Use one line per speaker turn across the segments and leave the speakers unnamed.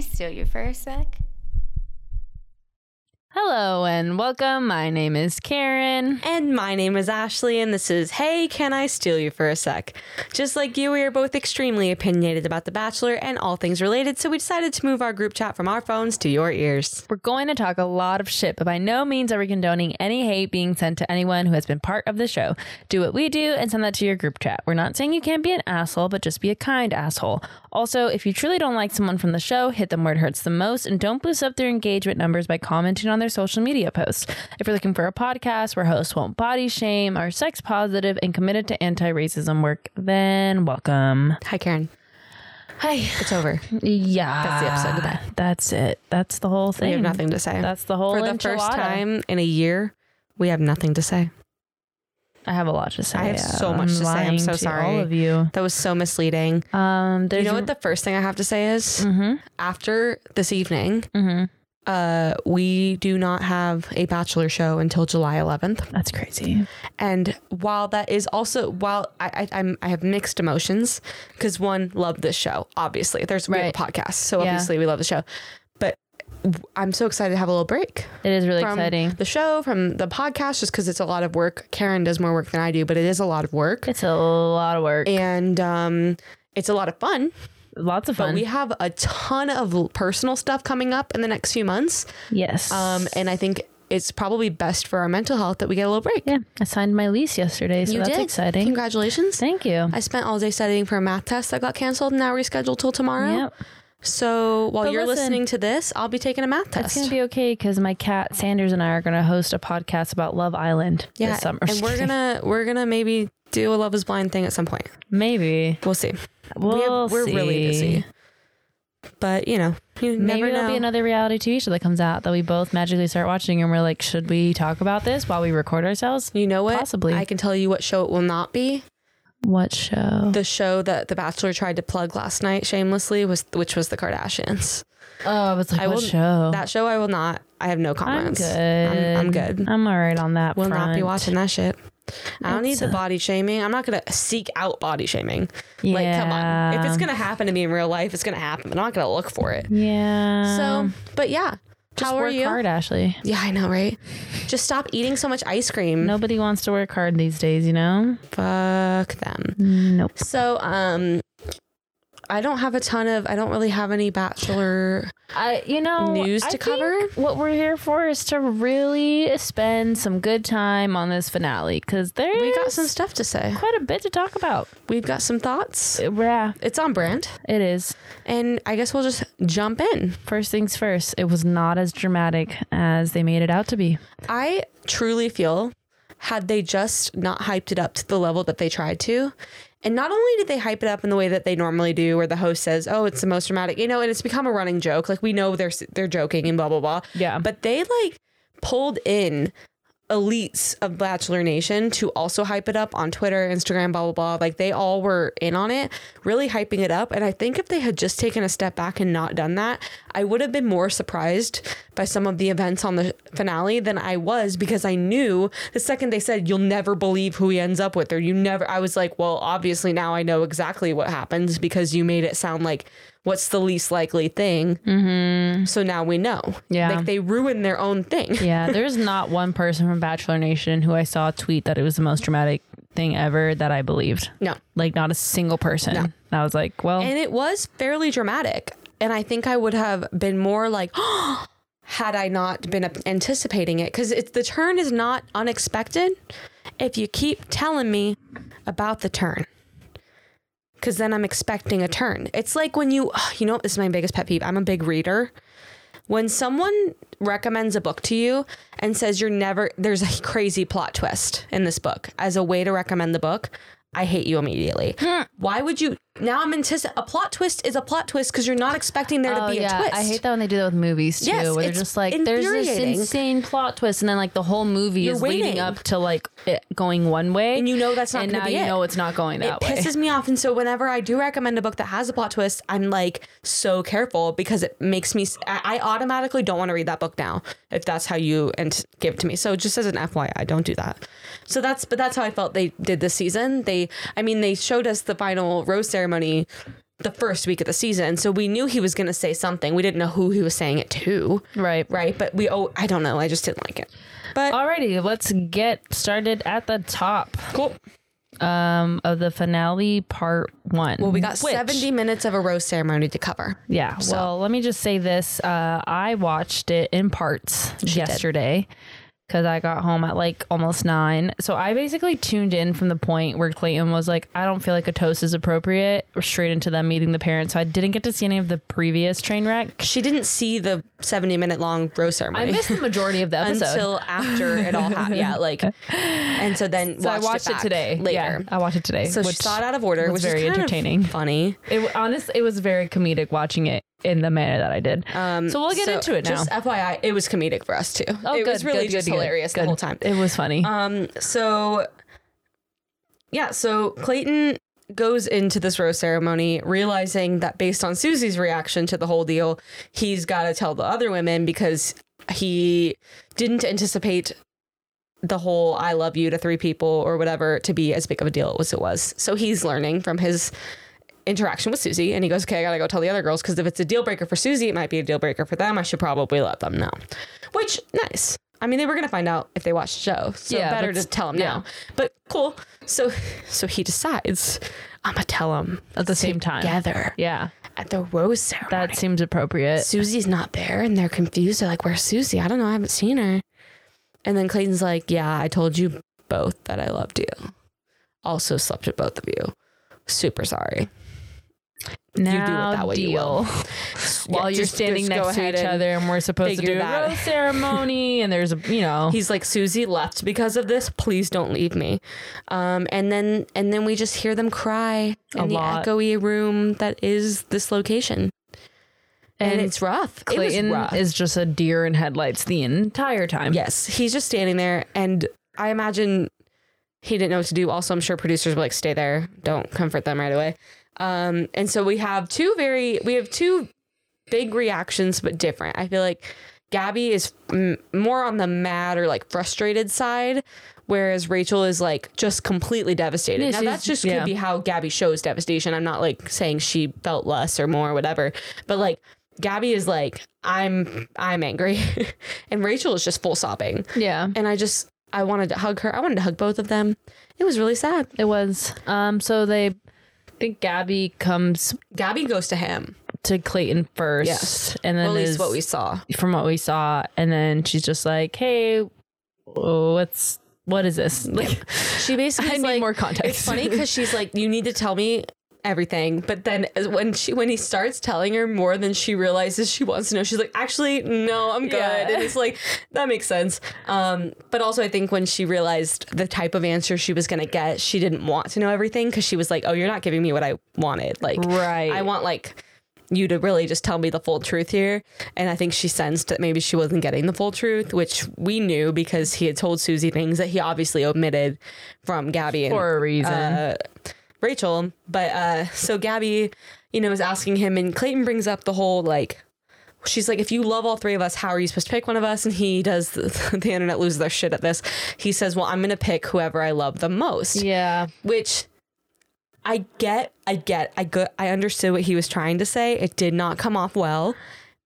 steal you for a sec?
Hello and welcome. My name is Karen.
And my name is Ashley, and this is Hey, Can I Steal You for a Sec? Just like you, we are both extremely opinionated about The Bachelor and all things related, so we decided to move our group chat from our phones to your ears.
We're going to talk a lot of shit, but by no means are we condoning any hate being sent to anyone who has been part of the show. Do what we do and send that to your group chat. We're not saying you can't be an asshole, but just be a kind asshole. Also, if you truly don't like someone from the show, hit them where it hurts the most and don't boost up their engagement numbers by commenting on their social media posts. If you're looking for a podcast where hosts won't body shame, are sex positive, and committed to anti racism work, then welcome.
Hi, Karen.
Hi.
It's over.
Yeah.
That's the episode. Goodbye.
That's it. That's the whole thing.
We have nothing to say.
That's the whole
For the first
enchilada.
time in a year, we have nothing to say.
I have a lot to say.
I have so much to say. I'm
lying
so
to
sorry.
All of you.
That was so misleading.
Um,
You
there's
know what the first thing I have to say is?
hmm
After this evening,
hmm
uh, we do not have a Bachelor show until July 11th.
That's crazy.
And while that is also while I I, I'm, I have mixed emotions because one love this show obviously there's we have a podcast so
Yeah.
obviously we love the show, but w- I'm so excited to have a little break
It is really
from
exciting.
the show from the podcast just because it's a lot of work. Karen does more work than I do, but it is a lot of work
It's a lot of work.
and um, it's a lot of fun.
Lots of
But
fun.
we have a ton of l- personal stuff coming up in the next few months,
yes.
um, and I think it's probably best for our mental health that we get a little break.
yeah, I signed my lease yesterday, so
You
that's
did.
exciting.
Congratulations.
Thank you.
I spent all day studying for a math test that got canceled and now rescheduled till tomorrow.
Yep.
So while
But
you're
listen-
listening to this, I'll be taking a math
It's
test.
gonna be okay because my cat Sanders and I are gonna host a podcast about Love Island
yeah,
this summer.
and we're gonna we're gonna maybe do a Love Is Blind thing at some point.
maybe
We'll see.
we'll
we're really
see.
busy, but you know, you
Maybe
never
there'll
know.
be another reality TV show that comes out that we both magically start watching, and we're like, should we talk about this while we record ourselves?
you know what?
Possibly.
I can tell you what show it will not be.
What show?
The show that The Bachelor tried to plug last night shamelessly was, which was The Kardashians.
Oh, it's like
I
what
will-
show?
That show I will not. I have no
I'm
comments.
good.
I'm, I'm good.
I'm all right on that.
will not be
front.
watching that shit. I don't need
That's,
the
uh,
body shaming. I'm not gonna seek out body shaming. Like, come on. If it's
Yeah.
gonna happen to me in real life, it's gonna happen. But I'm not gonna look for it.
Yeah.
So, but yeah,
just
how
work
are you?
hard, Ashley.
Yeah, I know, right? Just stop eating so much ice cream.
Nobody wants to work hard these days, you know.
Fuck them.
Nope.
So, um, I don't have a ton of. I don't really have any bachelor.
I, you know,
News
I
to
think
cover?
What we're here for is to really spend some good time on this finale because there's
We got some stuff to say.
quite a bit to talk about. Uh,
We've got some thoughts.
Yeah,
It's on brand,
it is.
and I guess we'll just jump in.
First things first, it was not as dramatic as they made it out to be.
I truly feel had they just not hyped it up to the level that they tried to, and not only did they hype it up in the way that they normally do, where the host says, "Oh, it's the most dramatic," you know, and it's become a running joke. Like we know they're they're joking and blah blah blah.
Yeah.
But they like pulled in elites of Bachelor Nation to also hype it up on Twitter, Instagram, blah blah blah. Like they all were in on it, really hyping it up. And I think if they had just taken a step back and not done that, I would have been more surprised by some of the events on the finale than I was because I knew the second they said you'll never believe who he ends up with, or you never I was like, Well, obviously now I know exactly what happens because you made it sound like what's the least likely thing. So now we know.
Mm-hmm. Yeah.
Like they ruin their own thing.
Yeah, there's not one person from Bachelor Nation who I saw tweet that it was the most dramatic thing ever that I believed.
No.
Like not a single person. And I was like, well,
And it was fairly dramatic. And I think I would have been more like, had I not been anticipating it. Because the turn is not unexpected if you keep telling me about the turn. Because then I'm expecting a turn. It's like when you, you know, this is my biggest pet peeve. I'm a big reader. When someone recommends a book to you and says you're never, there's a crazy plot twist in this book as a way to recommend the book, I hate you immediately.
Hmm.
Why would you? Now I'm anticipating a plot twist is a plot twist because you're not expecting there to
oh,
be
yeah.
a twist.
I hate that when they do that with movies too,
Yes,
where they're
it's
just like, there's this
infuriating.
insane plot twist. And then like the whole movie
You're
is
waiting.
leading up to like it going one way.
And you know that's not
And
gonna
now
be
you
it.
know it's not going
it
that way.
pisses me off and so whenever i do recommend a book that has a plot twist i'm like so careful because it makes me i I automatically don't want to read that book now if that's how you and give it to me so just as an fyi don't do that so that's but that's how i felt they did this season they i mean they showed us the final rose ceremony the first week of the season. So we knew he was going to say something. We didn't know who he was saying it to.
Right.
Right. But we, oh, I don't know. I just didn't like it. But
Alrighty, let's get started at the top
cool.
um, of the finale part one.
Well, we got
which-
70 minutes of a rose ceremony to cover.
Yeah. Well, let me just say this. Uh, I watched it in parts yesterday because I got home at like almost nine. So I basically tuned in from the point where Clayton was like, I don't feel like a toast is appropriate, straight into them meeting the parents. So I didn't get to see any of the previous train wreck.
She didn't see the 70 minute long rose
I
ceremony.
missed the majority of the episode.
until after it all happened. Yeah, like, and so then
so I watched it,
back
today.
later.
Yeah, I watched it today.
So she saw it out of order,
was
which
very
is kind
entertaining.
of funny.
It honestly, it was very comedic watching it in the manner that I did.
Um,
so we'll get
so
into it now.
Just FYI, it was comedic for us too.
oh,
it
good,
was really
good,
just
good, good,
hilarious the
good.
whole time.
It was funny.
Um, so yeah, so Clayton goes into this rose ceremony realizing that based on Susie's reaction to the whole deal, he's got to tell the other women because he didn't anticipate the whole I love you to three people or whatever to be as big of a deal as it was. So he's learning from his interaction with Susie and he goes, Okay, I gotta go tell the other girls because if it's a deal breaker for Susie, it might be a deal breaker for them. I should probably let them know. Which, nice. I mean, they were gonna find out if they watched the show. So
Yeah,
better
that's-
to tell them
yeah.
now. But cool. So so he decides, I'm gonna tell them
At the same time.
together
yeah,
at the rose ceremony.
that seems appropriate.
Susie's not there and they're confused. They're like, Where's Susie? I don't know. I haven't seen her. And then Clayton's like, Yeah, I told you both that I loved you. Also slept with both of you. Super sorry.
now
do it that way, you
deal.
will.
While
Yeah,
you're
just-
standing
just go
next to
ahead
each
and-
other, and we're supposed to
figure
do a
that
rose ceremony, and there's a you know,
He's like, Susie left because of this. Please don't leave me. Um, and then and then we just hear them cry
A
in the
lot.
echoey room that is this location. And, it's rough. It was
Clayton
rough.
is just a deer in headlights the entire time.
Yes, he's just standing there, and I imagine he didn't know what to do. Also, I'm sure producers were like, "Stay there, don't comfort them right away." Um, and so we have two very, we have two big reactions, but different. I feel like Gabby is m- more on the mad or like frustrated side, whereas Rachel is like just completely devastated.
Yeah,
now
she's-
that's just
yeah.
could be how Gabby shows devastation. I'm not like saying she felt less or more or whatever, but like Gabby is like I'm I'm angry, and Rachel is just full sobbing.
yeah,
And I just I wanted to hug her. I wanted to hug both of them. It was really sad.
it was. Um, so they I think Gabby comes
Gabby goes to him.
to Clayton first,
Yes.
and then
at least
is-
what we saw.
from what we saw, and then she's just like, "Hey, oh, what's what is this?" Like,
She basically
I
is
need
like,
more context.
It's funny because she's like, you need to tell me everything. But then as- when she when he starts telling her more than she realizes she wants to know, she's like, actually, no, I'm good.
Yeah.
And it's like that makes sense. Um, but also, I think when she realized the type of answer she was gonna get, she didn't want to know everything because she was like, oh, you're not giving me what I wanted. Like,
Right.
I want like. You to really just tell me the full truth here. And I think she sensed that maybe she wasn't getting the full truth, which we knew because he had told Susie things that he obviously omitted from Gabby and
for a reason.
uh, Rachel. But uh, so Gabby, you know, is asking him, and Clayton brings up the whole like, she's like, if you love all three of us, how are you supposed to pick one of us? And he does, the, the internet loses their shit at this. He says, well, I'm going to pick whoever I love the most
yeah,
which I get, I get, I go, I understood what he was trying to say. It did not come off well.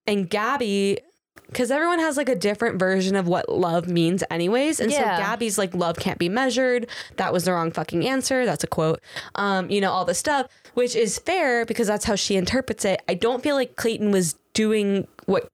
And Gabby, because everyone has like a different version of what love means, anyways. And
Yeah.
so Gabby's like, love can't be measured. That was the wrong fucking answer. That's a quote. Um, you know, all this stuff, which is fair because that's how she interprets it. I don't feel like Clayton was doing what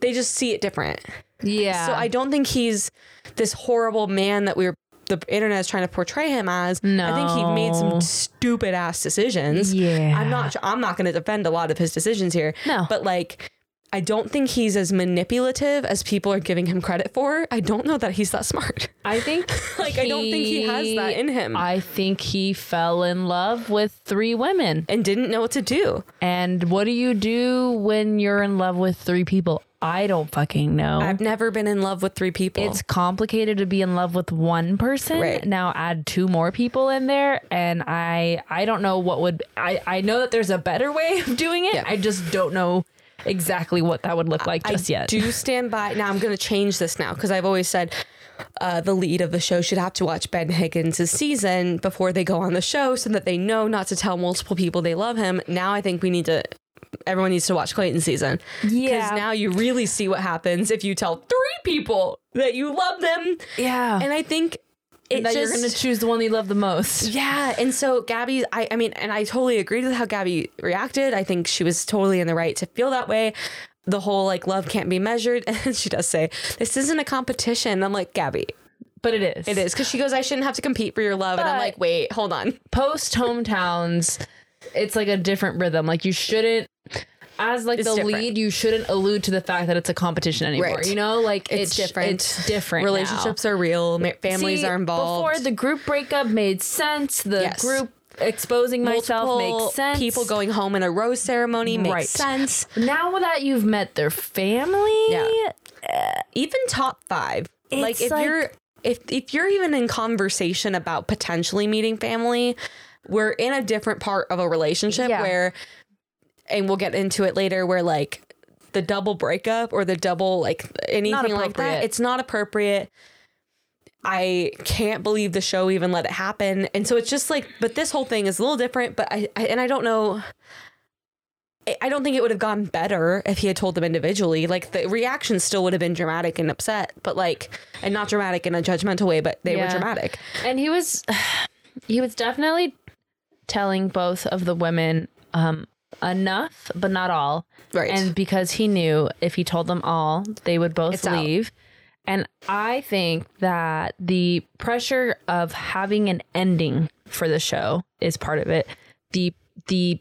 they just see it different.
yeah.
So I don't think he's this horrible man that we're the internet is trying to portray him as. I think he made
No.
some stupid ass decisions.
Yeah.
I'm not I'm not going to defend a lot of his decisions here.
No.
But like I don't think he's as manipulative as people are giving him credit for. I don't know that he's that smart.
I think
Like, I don't think he has that in him.
I think he fell in love with three women.
And didn't know what to do.
And what do you do when you're in love with three people? I don't fucking know.
I've never been in love with three people.
it's complicated to be in love with one person.
Right.
Now add two more people in there and I I don't know what would I I know that there's a better way of doing it.
Yeah.
I just don't know exactly what that would look like just
I
yet.
do stand by. Now I'm going to change this now because I've always said uh, the lead of the show should have to watch Ben Higgins' season before they go on the show so that they know not to tell multiple people they love him. Now I think we need to, everyone needs to watch Clayton's season.
Yeah.
Because now you really see what happens if you tell three people that you love them.
Yeah.
And I think it
that
just,
you're going to choose the one you love the most.
yeah, and so Gabby, I, I mean, and I totally agreed with how Gabby reacted. I think she was totally in the right to feel that way. The whole like love can't be measured, and she does say this isn't a competition. I'm like Gabby,
But it is.
it is because she goes, I shouldn't have to compete for your love, and I'm
But-
like, wait, hold on.
Post hometowns, it's like a different rhythm. Like you shouldn't. As like the
different.
lead, you shouldn't allude to the fact that it's a competition anymore.
Right.
You know, like
It's different.
It's different. now.
Relationships are real, ma- families
See,
are involved.
Before the group breakup made sense. The
Yes.
group exposing myself
Multiple
makes sense.
People going home in a rose ceremony makes
Right.
sense.
now that you've met their family.
Yeah. Even top five, like
It's
if
like-
you're if if you're even in conversation about potentially meeting family, we're in a different part of a relationship
Yeah.
where, and we'll get into it later. Where like the double breakup or the double like anything like that,
appropriate.
it's not appropriate. I can't believe the show even let it happen. And so it's just like, but this whole thing is a little different. But I, I and I don't know. I- I don't think it would have gone better if he had told them individually. Like the reaction still would have been dramatic and upset, but like, and not dramatic in a judgmental way, but they were
Yeah.
dramatic.
and he was he was definitely telling both of the women um enough but not all
Right.
and because he knew if he told them all they would both
out.
leave and i think that the pressure of having an ending for the show is part of it the the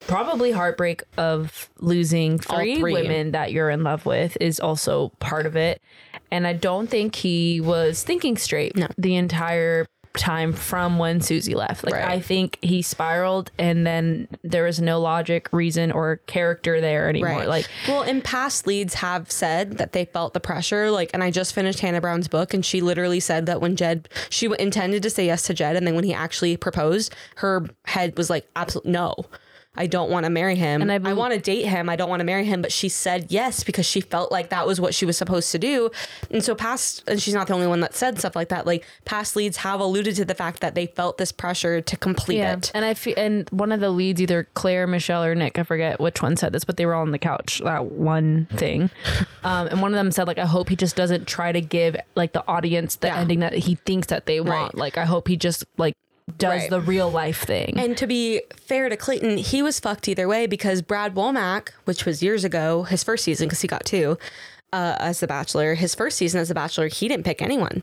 probably heartbreak of losing
All
three,
three.
women that you're in love with is also part of it and i don't think he was thinking straight
No.
the entire time from when susie left like
Right.
i think he spiraled and then there was no logic reason or character there anymore like
well, and past leads have said that they felt the pressure. Like, and I just finished Hannah Brown's book, and she literally said that when Jed, she w- intended to say yes to Jed, and then when he actually proposed, her head was like, absolutely no. I don't want to marry him. And
I
I,
bel-
want to date him. I don't want to marry him. But she said yes because she felt like that was what she was supposed to do. And so, past, and she's not the only one that said stuff like that. Like, past leads have alluded to the fact that they felt this pressure to complete it.
and I feel and one of the leads, either Claire, Michelle, or Nick, I forget which one said this, but they were all on the couch that one thing, um, and one of them said like, "I hope he just doesn't try to give like the audience the
Yeah.
ending that he thinks that they want.
Right.
Like, I hope he just like does
Right.
the real life thing."
And to be fair to Clayton, he was fucked either way because Brad Womack, which was years ago, his first season, because he got two uh, as The Bachelor, his first season as The Bachelor, he didn't pick anyone.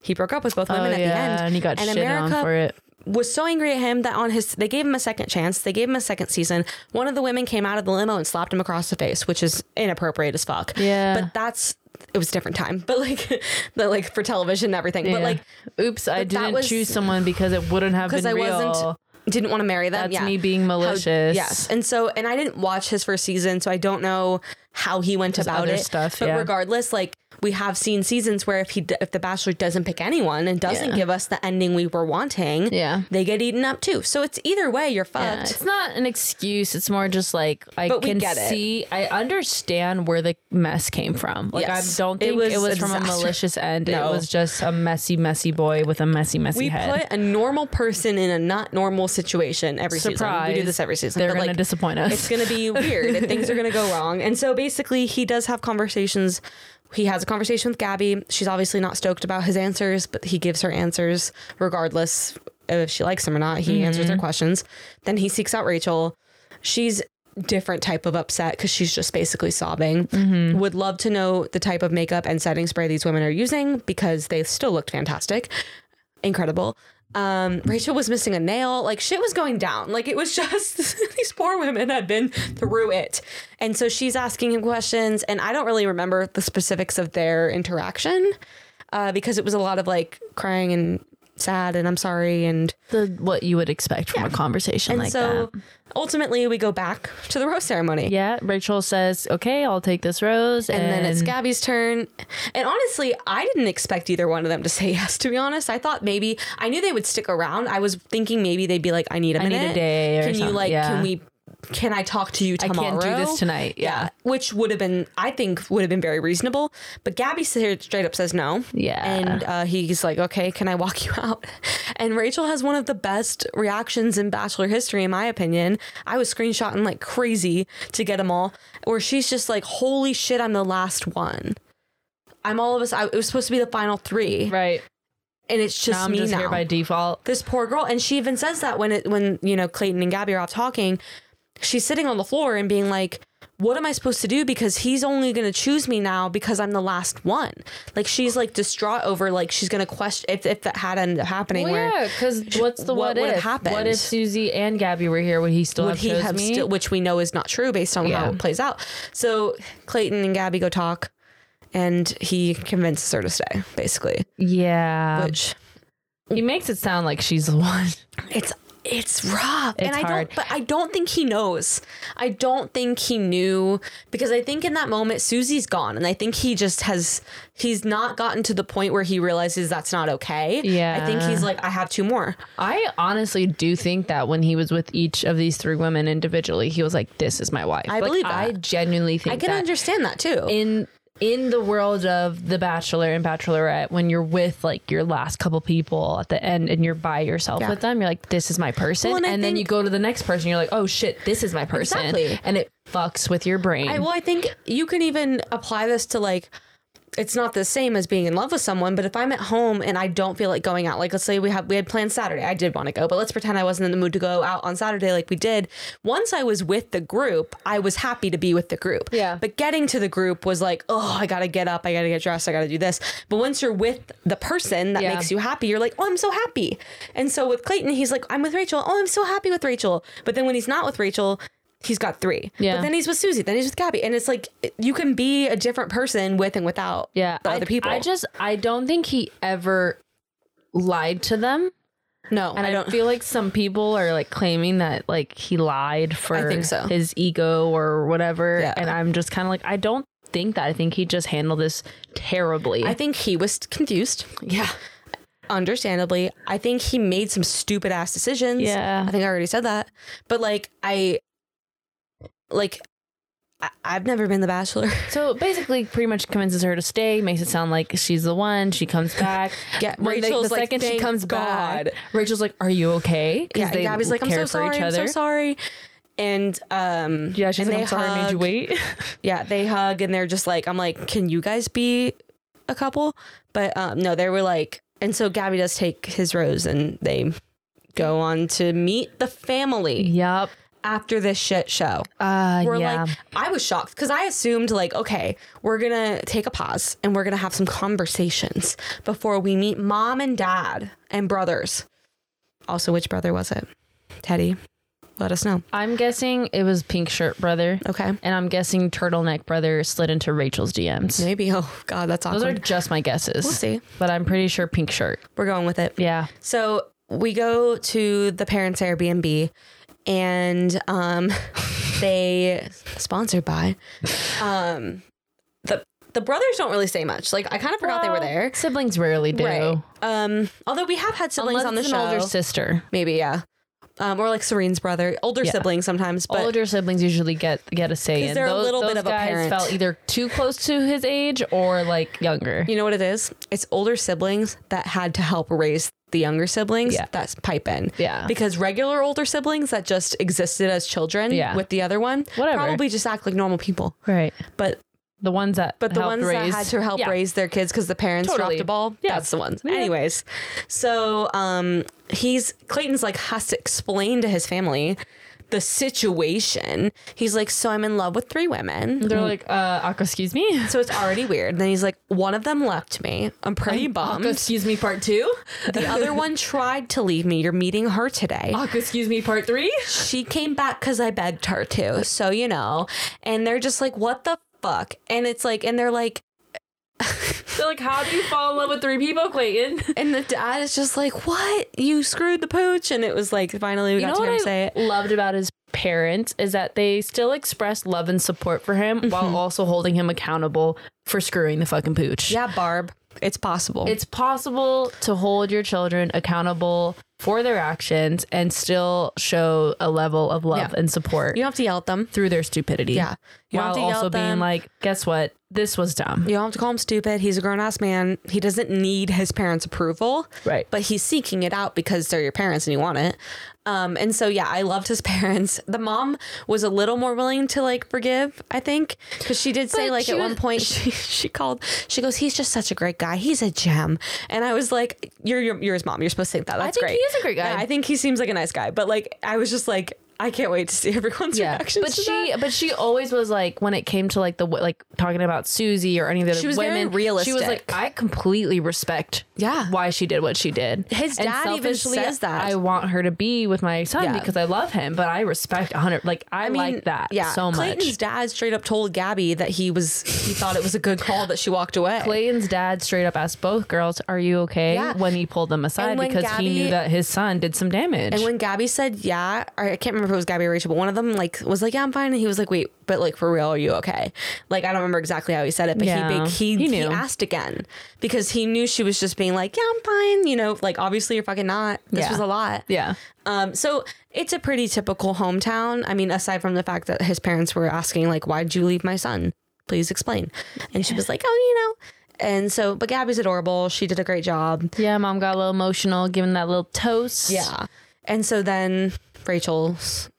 He broke up with both women at the end.
Oh, and he got shit
America
on for it.
was so angry at him that on his they gave him a second chance. They gave him a second season. One of the women came out of the limo and slapped him across the face, which is inappropriate as fuck.
Yeah.
But that's it was a different time. But like the like for television and everything. But
Yeah.
like
oops, I
but that
didn't
was-
choose someone because it wouldn't have
because
been
I
real.
wasn't didn't want to marry them.
That's
yeah.
me being
How-
malicious.
yes, and so and I didn't watch his first season, so I don't know how he went about
other
it.
stuff,
but
yeah.
regardless, like we have seen seasons where if he d- if the Bachelor doesn't pick anyone and doesn't
Yeah.
give us the ending we were wanting,
Yeah.
they get eaten up too. So it's either way, you're
Yeah,
fucked.
it's not an excuse. It's more just like I
But we
can
get it.
see, I understand where the mess came from. Like
Yes.
I don't
It
think it was,
was a
from a
disaster.
malicious end.
No.
It was just a messy, messy boy with a messy, messy
we
head.
put a normal person in a not normal situation every season. We do
Surprise.
this every season.
They're
but,
gonna
like,
disappoint us.
It's gonna be weird and things are gonna go wrong. And so basically, he does have conversations. He has a conversation with Gabby. She's obviously not stoked about his answers, but he gives her answers regardless if she likes him or not. He answers
Mm-hmm.
her questions. Then he seeks out Rachel. She's different type of upset because she's just basically sobbing.
Mm-hmm.
Would love to know the type of makeup and setting spray these women are using because they still looked fantastic incredible. Um,
Hmm.
Rachel was missing a nail. Like shit was going down. Like it was just these poor women had been through it. And so she's asking him questions, and I don't really remember the specifics of their interaction uh, because it was a lot of like crying and sad and I'm sorry and
the what you would expect from a conversation like
so
that.
ultimately we go back to the rose ceremony.
Yeah, Rachel says, "Okay, I'll take this rose," and,
And then it's Gabby's turn. And honestly, I didn't expect either one of them to say yes, to be honest. I thought maybe, I knew they would stick around. I was thinking maybe they'd be like, I need a
need
minute.
a day or
Can you,
something,
like,
yeah.
can we can I talk to you
can't
tomorrow?
do this tonight. Yeah.
Which would have been, I think, would have been very reasonable. But Gabby sa- straight up says no.
Yeah.
And uh, he's like, okay, can I walk you out? And Rachel has one of the best reactions in Bachelor history, in my opinion. I was screenshotting like crazy to get them all, where she's just like, holy shit, I'm the last one. I'm all of us. I, it was supposed to be the final three,
Right.
and it's just
Now I'm
me
just
now
here by default.
this poor girl and she even says that when it when you know clayton and gabby are off talking she's sitting on the floor and being like what am i supposed to do because he's only going to choose me now because i'm the last one like she's like distraught over like she's going to question if, if that had ended up happening
Well,
where
yeah, because what's the what,
what would've
if?
happened?
What if Susie and Gabby were here? Would he still
would
have
he
chose
have
me?
still which we know is not true based on how
Yeah.
it plays out so clayton and gabby go talk and he convinces her to stay basically
yeah,
which
he makes it sound like she's the one.
It's it's rough. and
It's
I
hard.
don't but I don't think he knows. I don't think he knew because I think in that moment Susie's gone and I think he just has he's not gotten to the point where he realizes that's not okay. I think
Yeah.
he's like I have two more.
I honestly do think that when he was with each of these three women individually, he was like, "This is my wife." I
believe that.
I genuinely think
I can
that
understand that too.
in in the world of The Bachelor and Bachelorette, when you're with like your last couple people at the end and you're by yourself with them, you're like, "This is my person,"
Well, and
and,
I
then
think-
you go to the next person, you're like, "Oh shit, this is my person,"
Exactly.
and it fucks with your brain.
I, well, I think you can even apply this to like, it's not the same as being in love with someone, but if I'm at home and I don't feel like going out, like let's say we have we had plans Saturday, I did want to go, but let's pretend I wasn't in the mood to go out on Saturday like we did. Once I was with the group, I was happy to be with the group.
Yeah.
But getting to the group was like, oh, I gotta get up, I gotta get dressed, I gotta do this. But once you're with the person that
Yeah.
makes you happy, you're like, oh, I'm so happy. And so with Clayton, he's like, I'm with Rachel. Oh, I'm so happy with Rachel. But then when he's not with Rachel, he's got three.
Yeah.
But then he's with Susie. Then he's with Gabby. And it's like you can be a different person with and without
yeah
the
I,
other people.
i just i don't think he ever lied to them
no,
and i,
don't.
feel like some people are like claiming that like he lied for
think so.
his ego or whatever
Yeah.
and i'm just kind of like i don't think that i think he just handled this terribly
I think he was confused.
yeah
Understandably, I think he made some stupid ass decisions.
Yeah.
I think I already said that. But like I, like I, I've never been the Bachelor.
so basically pretty much convinces her to stay makes it sound like she's the one she comes back
Yeah,
When they-
Rachel's
the
like,
second she
"Thank
comes
God."
back rachel's like are you okay 'Cause
Yeah, and Gabby's like, I'm so
care
sorry.
for each
I'm so
other
sorry. And um,
yeah she's
and
like
they
i'm sorry i made you
hug.
wait
Yeah, they hug and they're just like, I'm like, can you guys be a couple? But um, no, they were like, and so Gabby does take his rose and they go on to meet the family
yep
after this shit show.
uh
We're
yeah
like, I was shocked because I assumed, like, okay, we're gonna take a pause and we're gonna have some conversations before we meet mom and dad and brothers. Also, which brother was it? Teddy, let us know.
I'm guessing it was Pink Shirt Brother.
Okay.
And I'm guessing Turtleneck Brother slid into Rachel's DMs.
Maybe, oh God, that's
Those are
awkward.
just my guesses.
We'll see.
But I'm pretty sure Pink Shirt.
We're going with it.
Yeah.
So we go to the parents' Airbnb, and um, they sponsored by um, the the brothers don't really say much. Like I kind of forgot they were there.
Oh, Siblings rarely do.
Um, although we have had siblings
Unless
on the
it's an
show.
older sister.
Maybe yeah. Um, or like Serene's brother, older siblings sometimes, but
older siblings usually get get a say
'Cause
in.
they're a
Those-
little bit
those
of a
guys
parent.
fell either too close to his age or like younger.
you know what it is? It's older siblings that had to help raise the younger siblings
Yeah.
that's pipe in.
Yeah.
Because regular older siblings that just existed as children
Yeah.
with the other one
Whatever.
probably just act like normal people.
Right.
But
The ones that
But the
helped
ones
raise,
that had to help
Yeah.
raise their kids because the parents
Totally.
dropped a ball,
Yeah.
that's the ones. Anyways, so um, he's Clayton's like has to explain to his family the situation. He's like, so I'm in love with three women.
They're like, uh, Aqua, excuse me.
So it's already weird. And then he's like, one of them left me. I'm pretty
Aqua,
bummed.
excuse me, part two.
The other one tried to leave me. You're meeting her today.
Aqua, excuse me, part three.
She came back because I begged her to. So, you know, and they're just like, what the fuck? And it's like, and they're like,
They're like, how do you fall in love with three people, Clayton?
And the dad is just like, "What? You screwed the pooch!" And it was like, finally, we
You
got
know what
to hear him
I
say it.
loved about his parents is that they still express love and support for him
Mm-hmm.
while also holding him accountable for screwing the fucking pooch.
Yeah, Barb, it's possible.
It's possible to hold your children accountable for their actions and still show a level of love
Yeah.
and support
you don't have to yell at them.
through their stupidity.
Yeah. You don't
While
have to yell
also
at
being
them.
like, guess what? This was dumb.
You don't have to call him stupid. He's a grown ass man. He doesn't need his parents' approval.
Right.
But he's seeking it out because they're your parents and you want it. Um, and so, yeah, I loved his parents. The mom was a little more willing to like forgive, I think, because she did say,
But
like,
she
at
was-
one point, she, she called, she goes, He's just such a great guy. He's a gem. And I was like, You're, you're, you're his mom. You're supposed to think that. That's
think
great.
he is a great guy.
Yeah, I think he seems like a nice guy. But like, I was just like, I can't wait to see everyone's reactions.
But
to
she,
that.
but she always was like, when it came to like the like talking about Susie or any of the other
She was very
women, She was like,
realistic.
I completely respect,
Yeah.
why she did what she did.
His dad even
selfishly,
says that.
I want her to be with my son
Yeah.
because I love him, but I respect hundred. Like I, like that so much.
Clayton's dad straight up told Gabby that he was he thought it was a good call that she walked away.
Clayton's dad straight up asked both girls, "Are you okay?"
Yeah.
When he pulled them aside
And when
because he knew
Gabby-
that his son did some damage.
and when Gabby said yeah, or I can't remember if it was Gabby or Rachel, but one of them like was like yeah I'm fine, and he was like wait, but like for real, are you okay? Like I don't remember exactly how he said it, but
Yeah.
he, big, he
He
he
knew.
asked again because he knew she was just being like yeah I'm fine, you know, like obviously you're fucking not. This
Yeah.
was a lot.
yeah,
Um, so it's a pretty typical hometown. I mean, aside from the fact that his parents were asking, like, why'd you leave my son? Please explain. And she was like, oh, you know. And so, but Gabby's adorable. She did a great job.
yeah, mom got a little emotional giving that little toast.
And so then Rachel's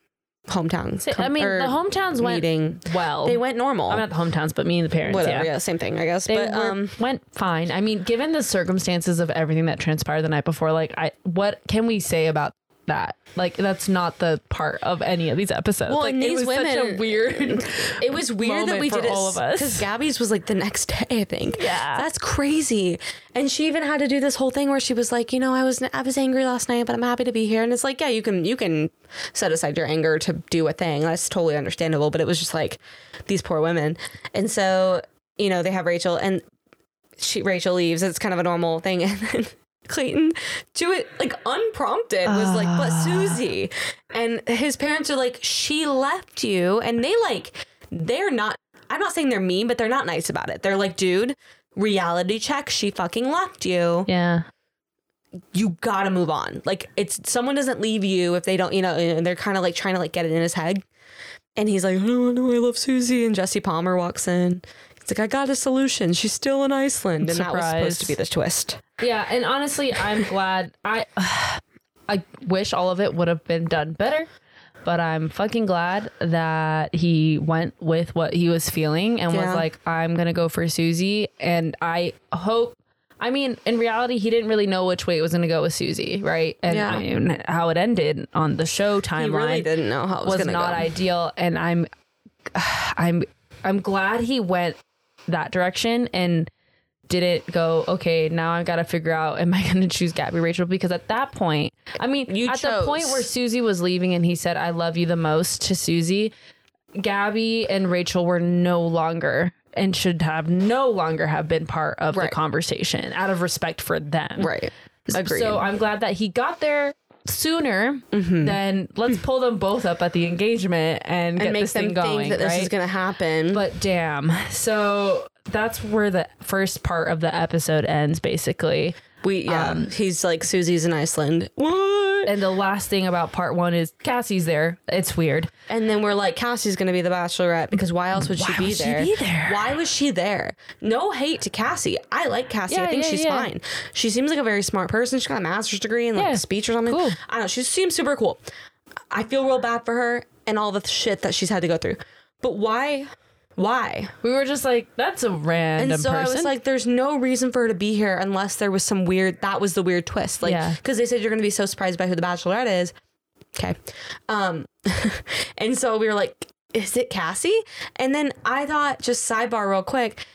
hometown.
I mean,
or
the hometowns went
meeting.
well.
They went normal.
I'm not the hometowns, but me and the parents.
Whatever. Yeah.
yeah.
same thing, I guess.
They
but
were-
um,
went fine. I mean, given the circumstances of everything that transpired the night before, like, I what can we say about that? Like, that's not the part of any of these episodes.
Well,
like,
and
it
these
was such a
women-
weird.
it was weird that
moment
we
for
did it
all of us.
because Gabby's was like the next day, I think.
Yeah.
that's crazy. And she even had to do this whole thing where she was like, you know, I was I was angry last night, but I'm happy to be here. And it's like, yeah, you can you can set aside your anger to do a thing. That's totally understandable. But it was just like these poor women. And so you know they have Rachel and she Rachel leaves. It's kind of a normal thing. And then Clayton, to it like unprompted, was like, "But Susie," and his parents are like, "She left you," and they like they're not. I'm not saying they're mean, but they're not nice about it. They're like, "Dude, reality check. She fucking left you.
yeah.
You gotta move on. Like it's someone doesn't leave you if they don't. You know." And they're kind of like trying to like get it in his head. And he's like, "Oh no, I love Susie." And Jesse Palmer walks in. He's like, "I got a solution. She's still in Iceland." And that was
Surprise.
supposed to be the twist.
Yeah, and honestly, I'm glad. I I wish all of it would have been done better, but I'm fucking glad that he went with what he was feeling and was
Yeah.
like, "I'm gonna go for Susie." And I hope. I mean, in reality, he didn't really know which way it was gonna go with Susie, right? And
Yeah.
I mean, how it ended on the show timeline
He really didn't know how it was,
was
gonna
not
go.
ideal and i'm i'm i'm glad he went that direction and didn't go okay now i've got to figure out am i going to choose gabby rachel because at that point i mean
You
at the point
chose.
where susie was leaving and he said i love you the most to susie gabby and rachel were no longer and should have no longer have been part of the
Right.
conversation out of respect for them
Right. Agreed.
so I'm glad that he got there sooner than let's pull them both up at the engagement and, get
Mm-hmm. and make
this
them
thing going,
think that this
right?
is going to happen.
but damn. So that's where the first part of the episode ends basically.
we, yeah, he's like Susie's in Iceland. What?
And the last thing about part 1 is Cassie's there. It's weird.
And then we're like, Cassie's going to be the bachelorette because why else would she, be,
would she
there?
be there?
Why was she there? No hate to Cassie. I like Cassie.
Yeah,
I think
yeah,
she's
yeah.
fine. She seems like a very smart person. She got a master's degree in like
Yeah.
speech or something.
Cool.
I don't know. She seems super cool. I feel real bad for her and all the shit that she's had to go through. But why? Why?
We were just like that's a random
And so
person.
I was like, there's no reason for her to be here unless there was some weird, that was the weird twist. Like,
Yeah.
because they said you're going to be so surprised by who the bachelorette is. Okay. Um, and so we were like, is it Cassie? And then I thought, just sidebar real quick,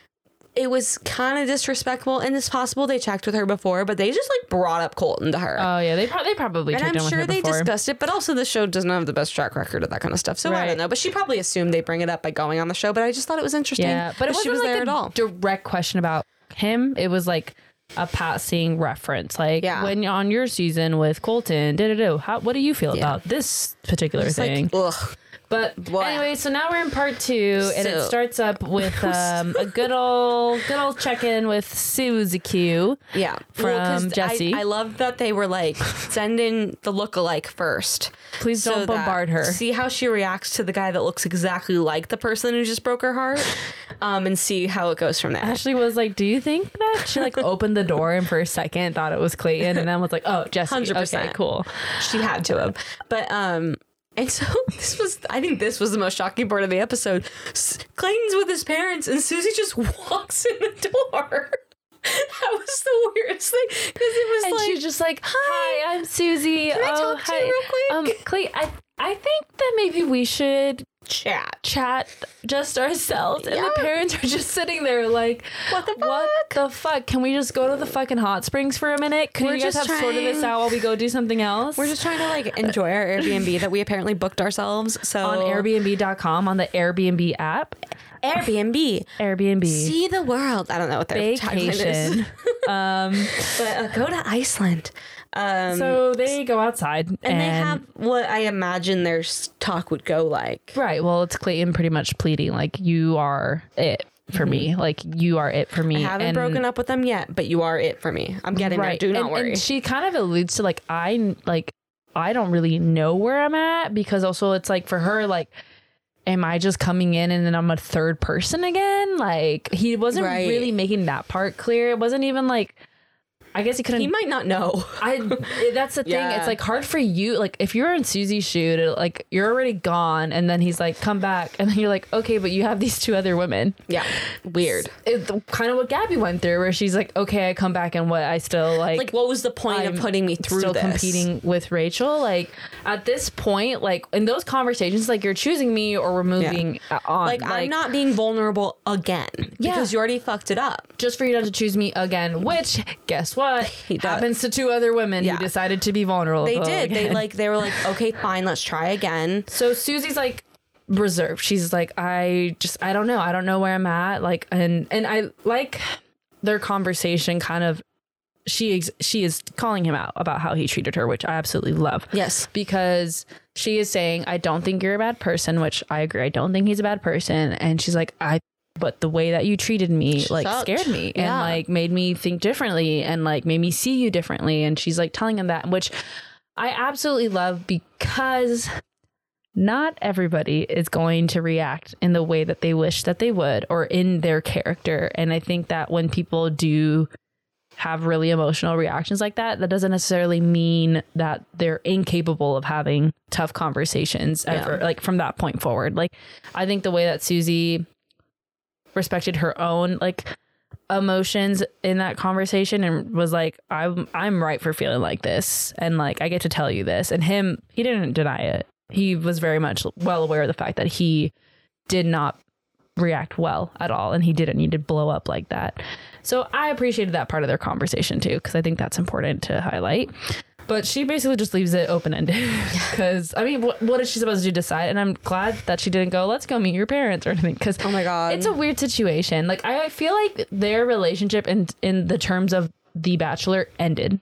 it was kind of disrespectful. And it's possible they checked with her before, but they just like brought up Colton to her.
oh yeah, they, pro- they probably
and
checked in
I'm
with
sure
her
they
before.
discussed it, but also the show doesn't have the best track record of that kind of stuff. So I
Right.
don't know. But she probably assumed they bring it up by going on the show, but I just thought it was interesting.
Yeah, but it
that
wasn't
she was
like
there
a
at all.
direct question about him. It was like a passing reference. Like
Yeah.
when you're on your season with Colton, da da da. How what do you feel about this particular thing?
Like, ugh.
But anyway, so now we're in part two, and it
So-
starts up with um, a good old good old check in with Suzy Q.
Yeah.
From
'cause I-
Jesse.
I, love that they were like, send in the lookalike first.
Please don't
that-
bombard her.
See how she reacts to the guy that looks exactly like the person who just broke her heart um, and see how it goes from there.
Ashley was like, "Do you think that?" She like opened the door and for a second thought it was Clayton, and then was like, "Oh, Jesse,
100%.
okay, cool."
She had to have. But, um, and so this was, I think this was the most shocking part of the episode. S- Clayton's with his parents and Susie just walks in the door. that was the weirdest thing because it was
And
like,
she's just like, "Hi, I'm Susie. Can
I talk to you real quick?"
Um, Clay, I I think that maybe we should
chat.
chat just ourselves and the
Yeah.
parents are just sitting there like
What the
what the fuck can we just go to the fucking hot springs for a minute can
We're
you guys have
just
sorted this
trying-
out while we go do something else
We're just trying to like enjoy our Airbnb that we apparently booked ourselves. So
Uh, on airbnb.com on the airbnb app
Airbnb,
airbnb
see the world. I don't know what their tagline is,
vacation um
but uh, go to Iceland. Um,
so they go outside and,
and they have what I imagine their s- talk would go like.
right well it's clayton pretty much pleading like you are it for me like you are it for me
Mm-hmm. Haven't
and
broken up with them yet, but you are it for me. I'm getting there. Do not
and,
worry.
And she kind of alludes to like I like I don't really know where I'm at because also it's like for her like am I just coming in and then I'm a third person again? Like he wasn't
Right.
really making that part clear. It wasn't even like I guess he couldn't
he might not know.
I that's the thing.
Yeah.
It's like hard for you. Like if you're in Susie's shoe, to, like you're already gone, and then he's like, "Come back," and then you're like, "Okay, but you have these two other women."
Yeah, weird.
It's kind of what Gabby went through, where she's like, "Okay, I come back, and what? I still
Like, what was the point
I'm
of putting me through
still
this?
competing with Rachel. Like at this point, like in those conversations, like you're choosing me or we're moving uh on.
Like, I'm not being vulnerable again
Yeah.
because you already fucked it up.
just for you not to choose me again. Which guess what
does.
happens to two other women
Yeah.
who decided to be vulnerable.
They did. They
again.
like they were like, okay, fine, let's try again.
so Susie's like reserved. She's like I just I don't know. I don't know where I'm at. Like and and I like their conversation kind of. She ex- she is calling him out about how he treated her, which I absolutely love.
Yes.
because she is saying, I don't think you're a bad person, which I agree. I don't think he's a bad person. And she's like, I, but the way that you treated me, like,
sucked.
scared me and,
Yeah.
like, made me think differently and, like, made me see you differently. And she's, like, telling him that, which I absolutely love because not everybody is going to react in the way that they wish that they would or in their character. And I think that when people do have really emotional reactions like that, that doesn't necessarily mean that they're incapable of having tough conversations ever, like from that point forward. Like, I think the way that Susie respected her own, like, emotions in that conversation and was like I'm I'm right for feeling like this and like I get to tell you this and him he didn't deny it. He was very much well aware of the fact that he did not react well at all and he didn't need to blow up like that. So I appreciated that part of their conversation too cuz I think that's important to highlight. But she basically just leaves it open ended cuz I mean what, what is she supposed to do, decide and I'm glad that she didn't go let's go meet your parents or anything cuz
Oh my god.
it's a weird situation. Like I feel like their relationship in in the terms of The Bachelor ended.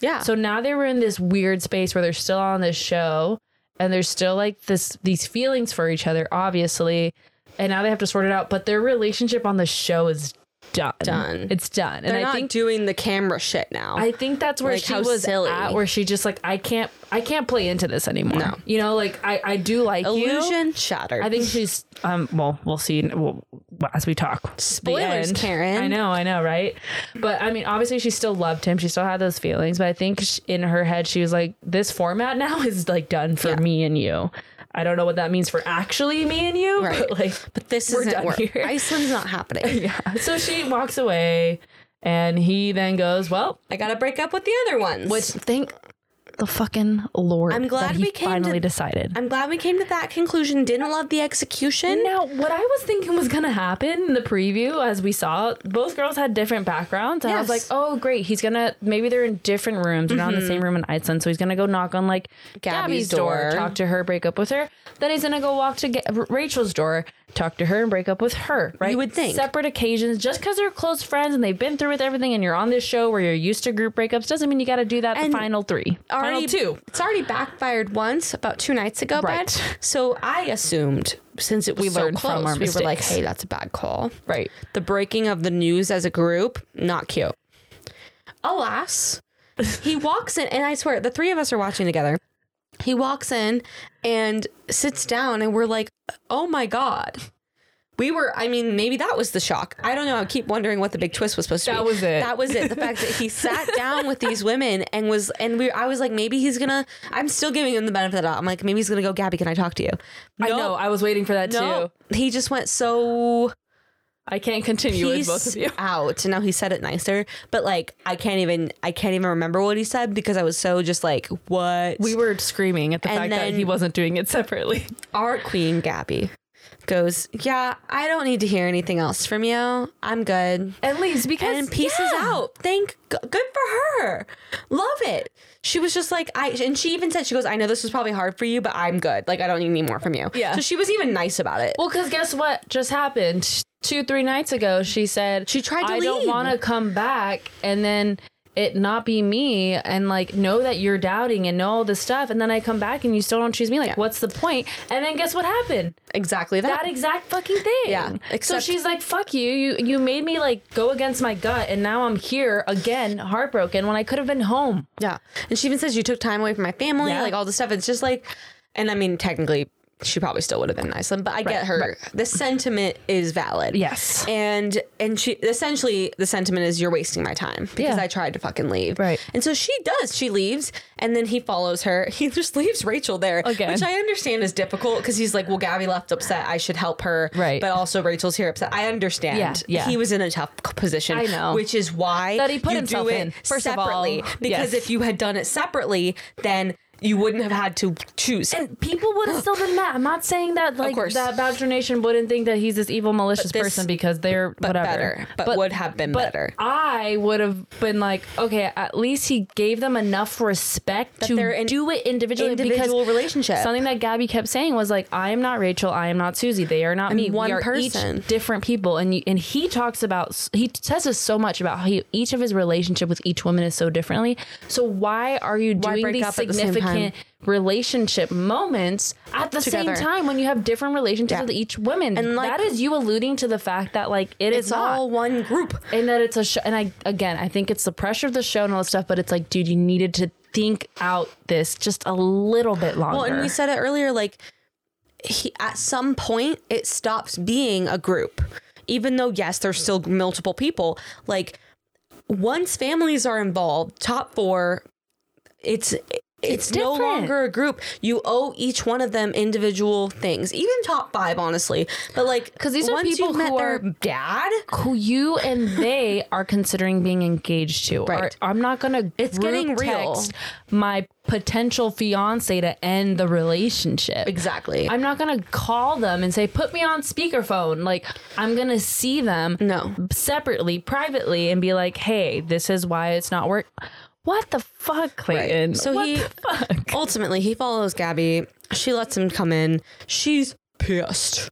yeah.
So now they were in this weird space where they're still on this show and there's still like this these feelings for each other, obviously. And now they have to sort it out. But their relationship on the show is done.
Done.
It's done.
they're
and I
not
think
doing the camera shit now.
I think that's where
Like,
she
how
was
silly.
at, where she just like I can't I can't play into this anymore.
No.
You know, like I I do like you.
Illusion shattered.
I think she's um. Well, we'll see well, as we talk.
Spoilers,
The end.
Karen.
I know, I know, right? But I mean, obviously, she still loved him. She still had those feelings. But I think sh in her head, she was like, "This format now is like done for
Yeah.
me and you." I don't know what that means for actually me and you,
Right.
but like,
but this
we're
isn't
done
work.
here.
Iceland's not happening.
yeah. So she walks away, and he then goes, "Well,
I gotta break up with the other ones.
which thank the fucking lord."
I'm glad
that he
we came to-
finally decided.
I'm glad we came to that conclusion. Didn't love the execution.
Now, what I was thinking was going to happen in the preview, as we saw, both girls had different backgrounds. And I was like,
Yes.
oh, great. He's going to, maybe they're in different rooms. They're not in the same room in Iceland. So he's going to go knock on like Mm-hmm. Gabby's,
Gabby's
door,
door.
talk to her, break up with her. Then he's going to go walk to Ga- R- Rachel's door. talk to her and break up with her, right?
You would think.
Separate occasions, just because they're close friends and they've been through with everything and you're on this show where you're used to group breakups doesn't mean you got to do that
And
the final three.
already
final two.
It's already backfired once about two nights ago, right.
Right.
So I assumed since it was
We
so
learned
close,
from our
we were like,
mistakes.
"Hey, that's a bad call."
Right.
The breaking of the news as a group, not cute. Alas, he walks in, and I swear the three of us are watching together. He walks in and sits down, and we're like, "Oh my god." We were, I mean, maybe that was the shock. I don't know. I keep wondering what the big twist was supposed to be.
That was it.
That was it. The fact that he sat down with these women and was, and we, I was like, maybe he's gonna. I'm still giving him the benefit of the doubt. I'm like, maybe he's gonna go. Gabby, can I talk to you?
I know. I was waiting for that
No,
too.
he just went so
I can't continue with both of
peace
you.
out. Now he said it nicer, but like I can't even I can't even remember what he said because I was so just like what
We were screaming at the
And
fact
then-
that he wasn't doing it separately.
our queen Gabby goes yeah I don't need to hear anything else from you I'm good
At least because
and pieces out thank g- good for her love it she was just like I and she even said she goes I know this was probably hard for you but I'm good like I don't need any more from you
Yeah.
so she was even nice about it
Well, because guess what just happened? Two, three nights ago, she said
She tried to
I don't
leave."
want to come back, and then it not be me, and like know that you're doubting and know all this stuff, and then I come back and you still don't choose me. Like, what's the point? And then guess what happened?
exactly that,
That exact fucking thing.
Yeah,
so
except-
she's like, "Fuck you! You you made me like go against my gut, and now I'm here again, heartbroken when I could have been home."
Yeah. And she even says you took time away from my family,
Yeah.
like all this stuff. It's just like, and I mean, technically, she probably still would have been in Iceland, but I get her. The sentiment is valid.
Yes.
And and she essentially the sentiment is you're wasting my time because
Yeah.
I tried to fucking leave.
Right.
And so she does. She leaves, and then he follows her. He just leaves Rachel there,
Again.
which I understand is difficult because he's like, well, Gabby left upset. I should help her.
Right.
But also Rachel's here upset. I understand.
Yeah, yeah.
He was in a tough position.
I know.
Which is why
That he put
you
himself
do it
in, first of all.
separately because
Yes.
if you had done it separately, then you wouldn't have had to choose.
And people would have still been mad. I'm not saying that like
course.
that Bachelor Nation wouldn't think that he's this evil, malicious
this-
person because they're whatever.
better, but would have been
but
better.
I would have been like, okay, at least he gave them enough respect to
they're an
do it individually.
individual
because
relationship.
Something that Gabby kept saying was like, I am not Rachel. I am not Susie. They are not me.
one
we are
person.
each different people. And you, and he talks about he says this so much about how he, each of his relationship with each woman is so differently. So why are you doing
break
these
up at the same time?
significant relationship moments at the
Together.
same time when you have different relationships
Yeah.
with each woman.
And,
And
like-
that is you alluding to the fact that like it is
it's
not.
all one group.
and that it's a show. And I again, I think it's the pressure of the show and all this stuff. But it's like, dude, you needed to think out this just a little bit longer.
Well, and we said it earlier, like he, at some point it stops being a group, even though yes, there's still multiple people. Like once families are involved, top four, it's. It's, no
different.
longer a group. You owe each one of them individual things, even top five, honestly. But like,
'Cause these are
once
people
you've met
who
their
are-
dad,
who you and they are considering being engaged to.
Right.
Are- I'm not gonna.
It's
group
getting real.
text My potential fiance to end the relationship.
exactly.
I'm not gonna call them and say, put me on speakerphone. Like, I'm gonna see them
No.
separately, privately, and be like, hey, this is why it's not work. What the fuck, Clayton?
So
What
he-
the fuck?
ultimately he follows Gabby. She lets him come in. She's pissed.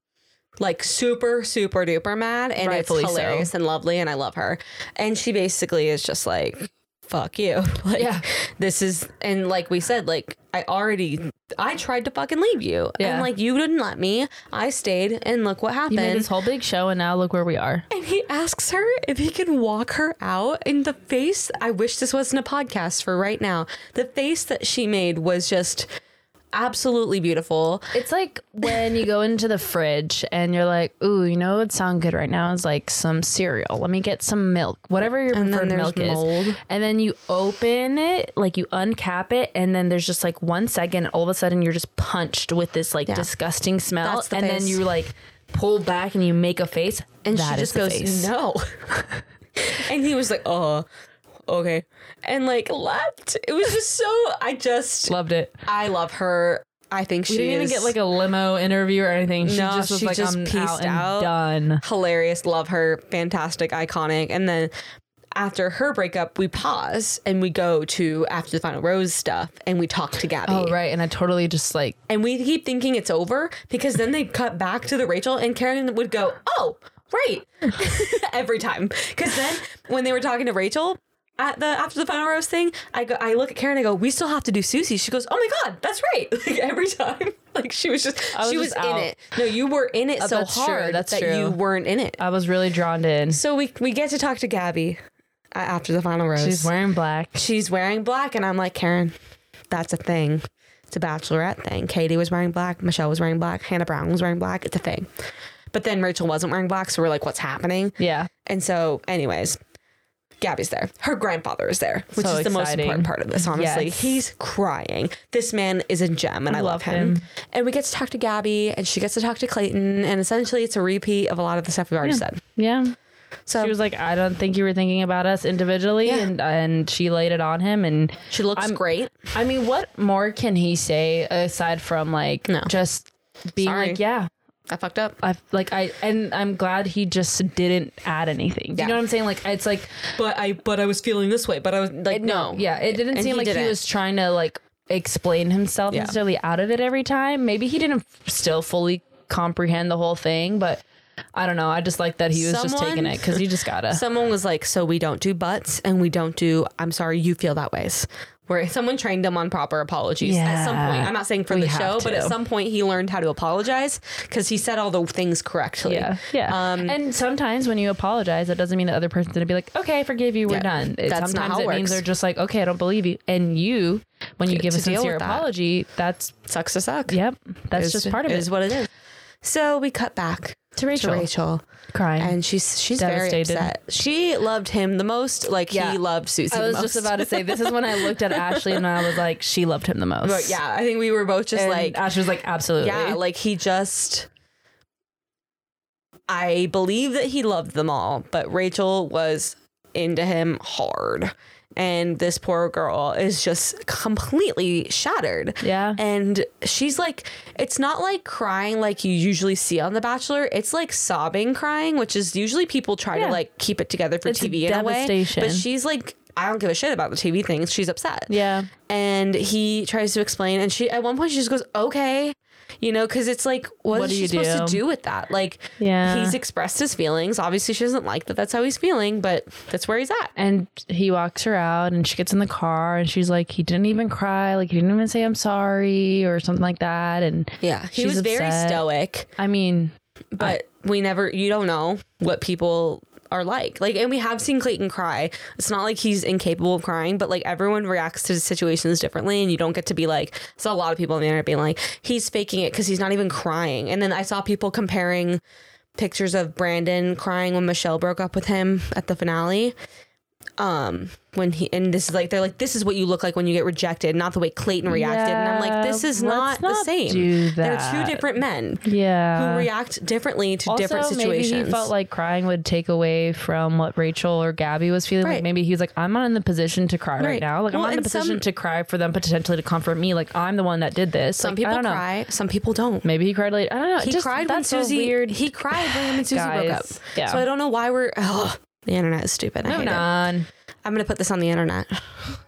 Like super, super duper mad. And
Rightfully so.
it's hilarious and lovely. And I love her. And she basically is just like, fuck you. Like
Yeah.
this is and like we said, like I already I tried to fucking leave you. And
Yeah.
like you didn't let me. I stayed and look what happened.
You made this whole big show, and now look where we are.
And he asks her if he can walk her out. And the face, I wish this wasn't a podcast for right now. The face that she made was just absolutely beautiful.
It's like when you go into the fridge and you're like, ooh, you know what would sound good right now is like some cereal. Let me get some milk, whatever your
And then
preferred
there's
milk
mold.
is. And then you open it, like you uncap it, and then there's just like one second, and all of a sudden you're just punched with this like disgusting smell.
That's the
and
face.
then you like pull back and you make a face.
And
that
she
is
just
the
goes,
face.
no. and he was like, oh, okay. And like left. It was just so, I just,
Loved it.
I love her. I think she
She didn't even
is
get like a limo interview or anything. She
No,
just was
she
like,
just
I'm out,
peaced
and
out.
done.
hilarious. Love her. Fantastic. Iconic. And then after her breakup, we pause and we go to after the final rose stuff and we talk to Gabby.
Oh, right. And I totally just like,
And we keep thinking it's over because then they cut back to the Rachel and Karen would go, "Oh, right," every time. Because then when they were talking to Rachel. At the after the final rose thing, I go. I look at Karen. I go, "We still have to do Susie." She goes, "Oh my god, that's right!" Like every time, like she was just
was
she was
just
in
out. Uh,
it. No, you were in it so
that's true,
hard
that's
that
true.
you weren't in it.
I was really drawn in.
So we we get to talk to Gabby uh, after the final rose.
She's wearing black.
She's wearing black, and I'm like, Karen, that's a thing. It's a bachelorette thing. Katie was wearing black. Michelle was wearing black. Hannah Brown was wearing black. It's a thing. But then Rachel wasn't wearing black, so we're like, what's happening?
Yeah.
And so, anyways, Gabby's there. Her grandfather is there, which
So
is the most
exciting.
important part of this, honestly.
Yes.
He's crying. This man is a gem, and I love,
Love
him.
him.
And we get to talk to Gabby, and she gets to talk to Clayton, and essentially, it's a repeat of a lot of the stuff we've already said.
Yeah.
So
She was like, I don't think you were thinking about us individually.
Yeah.
And, and she laid it on him. And
she looks
I'm-
great.
I mean, what more can he say aside from like
No.
just being
Sorry.
like, yeah,
I fucked up.
I like I and I'm glad he just didn't add anything. Do
Yeah.
You know what I'm saying? Like it's like
but I but I was feeling this way. But I was like, no,
yeah, it didn't
And
seem
he
like
didn't.
he was trying to like explain himself
Yeah.
necessarily out of it every time. Maybe he didn't f- still fully comprehend the whole thing, but I don't know. I just like that he was just taking
Someone-
it because he just gotta.
Someone was like, so we don't do butts and we don't do. I'm sorry, you feel that ways. Where someone trained him on proper apologies at some point.
Yeah.
I'm not saying for
We
the
have
show, but at
to.
some point he learned how to apologize because he said all the things correctly.
yeah, yeah.
Um,
and sometimes when you apologize, that doesn't mean the other person's gonna be like, "Okay, I forgive you, we're
Yeah,
done." It,
that's
sometimes
not how
it
it
means
works.
they're just like, "Okay, I don't believe you," and you, when you give a
to deal
sincere
with that.
apology, that's
sucks to suck.
yep, that's
It's-
just part of
Is what it is. So we cut back
To Rachel.
To Rachel.
Crying.
And she's she's very
Devastated.
upset. She loved him the most. Like
Yeah.
he loved Susie.
I
the
was
most.
just about to say this is when I looked at Ashley and I was like, she loved him the most.
But yeah, I think we were both just
And
like
Ashley was like, absolutely.
Yeah, like he just. I believe that he loved them all, but Rachel was into him hard. And this poor girl is just completely shattered.
Yeah.
And she's like, it's not like crying like you usually see on The Bachelor. It's like sobbing crying, which is usually people try
Yeah.
to like keep it together for
It's
TV in a way.
devastation.
But she's like, I don't give a shit about the TV things. She's upset
yeah.
and he tries to explain and she at one point she just goes okay you know because it's like what,
What
is
do
she
you
supposed to
do?
do with that like
Yeah.
he's expressed his feelings obviously she doesn't like that that's how he's feeling but that's where he's at
And he walks her out and she gets in the car and she's like, he didn't even cry. Like, he didn't even say I'm sorry or something like that. And
yeah he
she's
was very
upset.
stoic
I mean,
but we never you don't know what people are like like and we have seen clayton cry it's not like he's incapable of crying but like everyone reacts to situations differently and you don't get to be like so a lot of people on the internet being like he's faking it because he's not even crying and then i saw people comparing pictures of brandon crying when michelle broke up with him at the finale um when he and this is like they're like this is what you look like when you get rejected not the way clayton reacted and i'm like
Yeah,
this is
let's
not, the
not
same
do
they're
that.
two different men
yeah.
who react differently to
Uh, also,
different situations.
maybe he felt like crying would take away from what Rachel or Gabby was feeling.
Right.
Like maybe he was like, I'm not in the position to cry right,
Right.
now. Like
Well,
I'm not in the
and some-
position to cry for them potentially to comfort me. Like I'm the one that did this.
some
Like, I
people
don't know.
cry, some people don't.
Maybe he cried later. I don't know.
He
Just-
cried when
that's a
Susie.
weird.
He cried when him and Susie broke up.
Guys, yeah.
So I don't know why we're. Ugh, the internet is stupid. I hate
Moving
it.
on.
I'm gonna put this on the internet.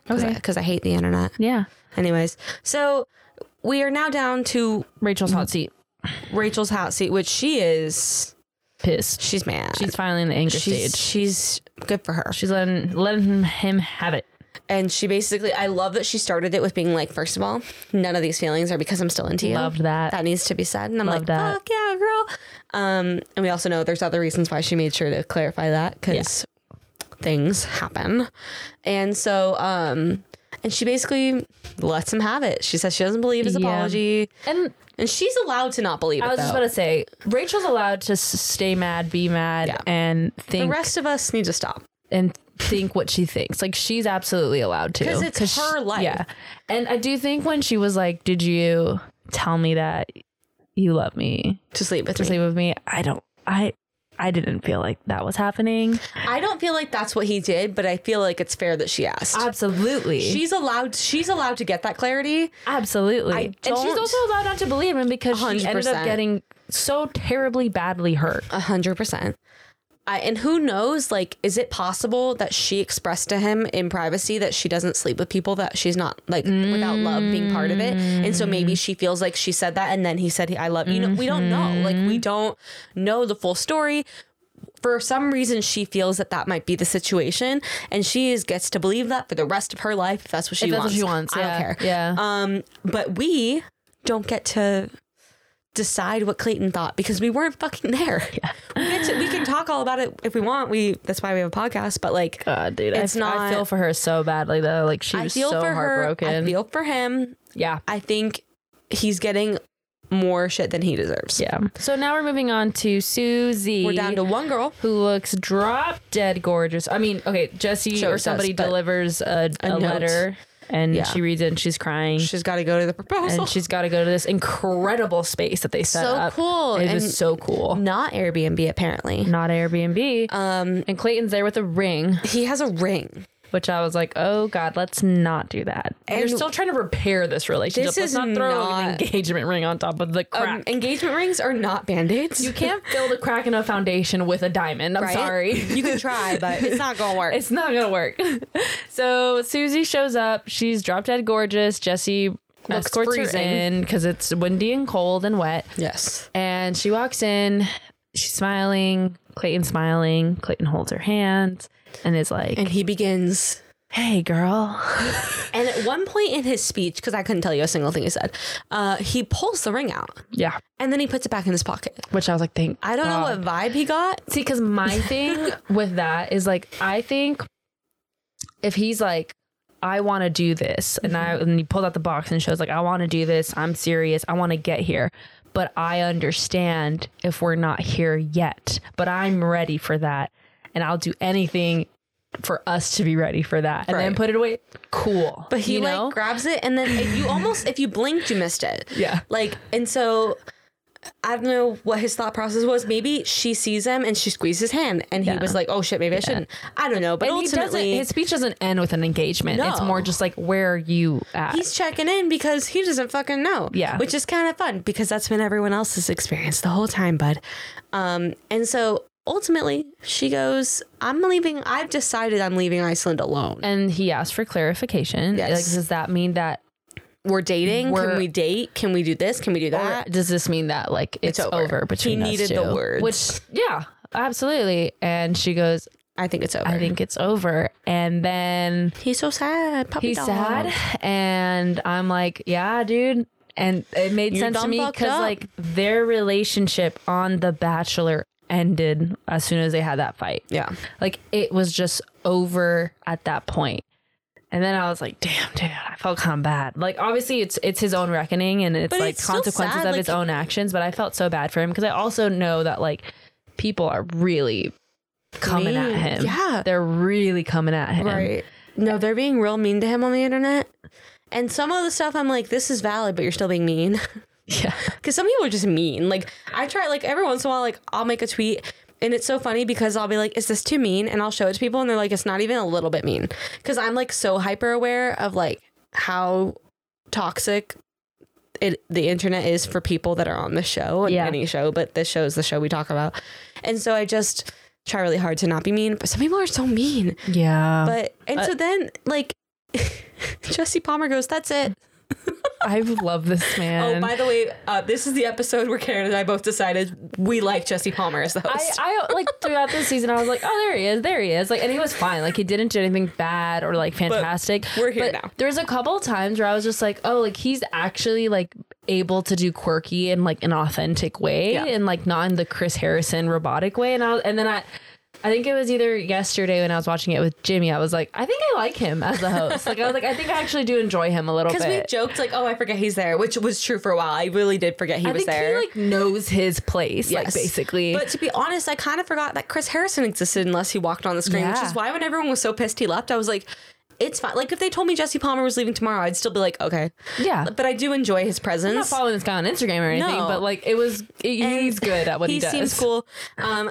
Cause
Okay.
Because I, hate the internet.
Yeah.
Anyways, so we are now down to
Rachel's hot seat.
Rachel's hot seat, which she is.
Pissed.
She's mad.
She's finally in the anger
she's,
stage.
she's good for her.
She's letting letting him have it.
And she basically, I love that she started it with being like, first of all, none of these feelings are because I'm still into you.
Loved that.
That needs to be said. And I'm like,
that.
fuck yeah, girl. Um, and we also know there's other reasons why she made sure to clarify that because things happen. And so, um, and she basically lets him have it. She says she doesn't believe his
Yeah.
apology.
And
And she's allowed to not believe
I
it.
was just
though.
about to say, Rachel's allowed to s- stay mad, be mad,
Yeah.
and
the
think
rest of us need to stop.
and think what she thinks. Like she's absolutely allowed to
'Cause it's
she-
her life.
Yeah, and I do think when she was like, "Did you tell me that you love me
To sleep with
to
me.
sleep with me?" I don't. I I didn't feel like that was happening.
I don't feel like that's what he did, but I feel like it's fair that she asked.
Absolutely.
she's allowed. She's allowed to get that clarity.
Absolutely.
I
and she's
don't-
also allowed not to believe him because she ended up
100%.
getting so terribly badly hurt.
A hundred percent. I, and who knows? Like, is it possible that she expressed to him in privacy that she doesn't sleep with people that she's not like without love being part of it? And so maybe she feels like she said that, and then he said, "I love you." You know, we don't know. Like,
Mm-hmm.
we don't know the full story. For some reason, she feels that that might be the situation, and she is gets to believe that for the rest of her life if that's what she
that's
wants.
what she wants.
I
yeah.
don't care.
Yeah.
Um, but we don't get to decide what Clayton thought because we weren't fucking there. We, get to, we can talk all about it if we want. We that's why we have a podcast. But like,
God, dude,
it's
I, I
not-
feel for her so badly though. Like she
I
was
feel
so
for her.
heartbroken.
I feel for him.
yeah.
I think he's getting more shit than he deserves.
Yeah. So now we're moving on to Susie.
We're down to one girl.
who looks drop dead gorgeous. I mean, okay, Jesse
Sure
or
does,
somebody
but-
delivers a, a,
note.
letter and
Yeah.
she reads it and she's crying.
She's got to go to the proposal.
and she's got to go to this incredible space that they set
So
up.
cool,
It was
and-
so cool.
not Airbnb apparently.
Not Airbnb.
Um,
and Clayton's there with a ring,
he has a ring.
which I was like, "Oh God, let's not do that." You're
And-
still trying to repair this relationship.
This
let's
is
not throw an
not-
engagement ring on top of the crack.
Um, engagement rings are not band aids.
you can't build a crack in a foundation with a diamond. I'm sorry.
you can try, but it's not gonna work.
It's not gonna work. so Susie shows up. She's drop dead gorgeous. Jesse escorts
freezing.
her in because it's windy and cold and wet.
yes.
And she walks in. She's smiling. Clayton smiling. Clayton holds her hand and is like,
And he begins
"Hey, girl."
And at one point in his speech, because I couldn't tell you a single thing he said, uh, he pulls the ring out
Yeah.
and then he puts it back in his pocket.
Which I was like, "Thank."
I don't know what vibe he got.
See, because my thing with that is like, I think if he's like, I want to do this, and I
Mm-hmm.
and he pulled out the box and shows like, I want to do this. I'm serious. I want to get here, but I understand if we're not here yet. But I'm ready for that, and I'll do anything for us to be ready for that, and then
Right.
put it away. Cool.
But he
you
like
know?
grabs it and then if you almost if you blinked, you missed it.
Yeah.
Like and so I don't know what his thought process was. Maybe she sees him and she squeezed his hand and he was like, Oh shit, maybe I shouldn't. I don't know. But
And he doesn't.
ultimately
His speech doesn't end with an engagement. It's
No.
more just like, where are you at?
he's checking in because he doesn't fucking know.
Yeah.
Which is kind of fun because that's been everyone else's experience the whole time, bud. Um, and so ultimately she goes, I'm leaving. I've decided I'm leaving Iceland alone.
and he asked for clarification.
Yes.
Like, does that mean that
We're dating.
We're-
Can we date? Can we do this? Can we do
or
that?
does this mean that like it's,
over.
over. between
He needed
us two?
the words.
Which yeah, absolutely. And she goes,
I think it's over.
I think it's over. And then
he's so sad. Puppy
he's
dog.
sad, and I'm like, yeah, dude. And it made
You
sense to
done
me
fucked
because
up.
like their relationship on The Bachelor ended as soon as they had that fight.
Yeah.
Like it was just over at that point. And then I was like, damn, dude, I felt kind of bad. Like obviously it's it's his own reckoning and it's
But
like
it's still
consequences
sad,
of
like-
his own actions, but I felt so bad for him because I also know that like people are really coming at
Mean.
him.
Yeah.
They're really coming at him.
Right. No, they're being real mean to him on the internet. And some of the stuff I'm like, this is valid, but you're still being mean.
Yeah.
because some people are just mean. Like I try, like every once in a while, like I'll make a tweet, and it's so funny because I'll be like, "Is this too mean?" and I'll show it to people, and they're like, "It's not even a little bit mean," because I'm like so hyper aware of like how toxic. It, the internet is for people that are on the show and
Yeah.
any show, but this show is the show we talk about. And so I just try really hard to not be mean, but some people are so mean.
Yeah. Um, But
But and so then like Jesse Palmer goes, "That's it.
I love this man.
Oh, by the way, uh, this is the episode where Karen and I both decided we like Jesse Palmer as the
I,
host.
I like throughout this season I was like, oh there he is, there he is. Like and he was fine. Like he didn't do anything bad or like fantastic.
we're here
but
now.
There was a couple of times where I was just like, oh like he's actually like able to do quirky in like an authentic way
Yeah.
and like not in the Chris Harrison robotic way. And I and then I I think it was either yesterday when I was watching it with Jimmy, I was like, I think I like him as the host. like I was like, I think I actually do enjoy him a little bit.
Because we joked like, oh, I forget he's there, which was true for a while. I really did forget he
I
was
think
there.
he like knows his place, like
Yes.
basically.
But to be honest, I kind of forgot that Chris Harrison existed unless he walked on the screen, which
Yeah.
is why when everyone was so pissed he left, I was like, it's fine. Like if they told me Jesse Palmer was leaving tomorrow, I'd still be like, okay.
yeah.
But I do enjoy his presence.
not following this guy on Instagram or anything,
No.
but like it was, it, he's good at what he, does.
seems cool. Um,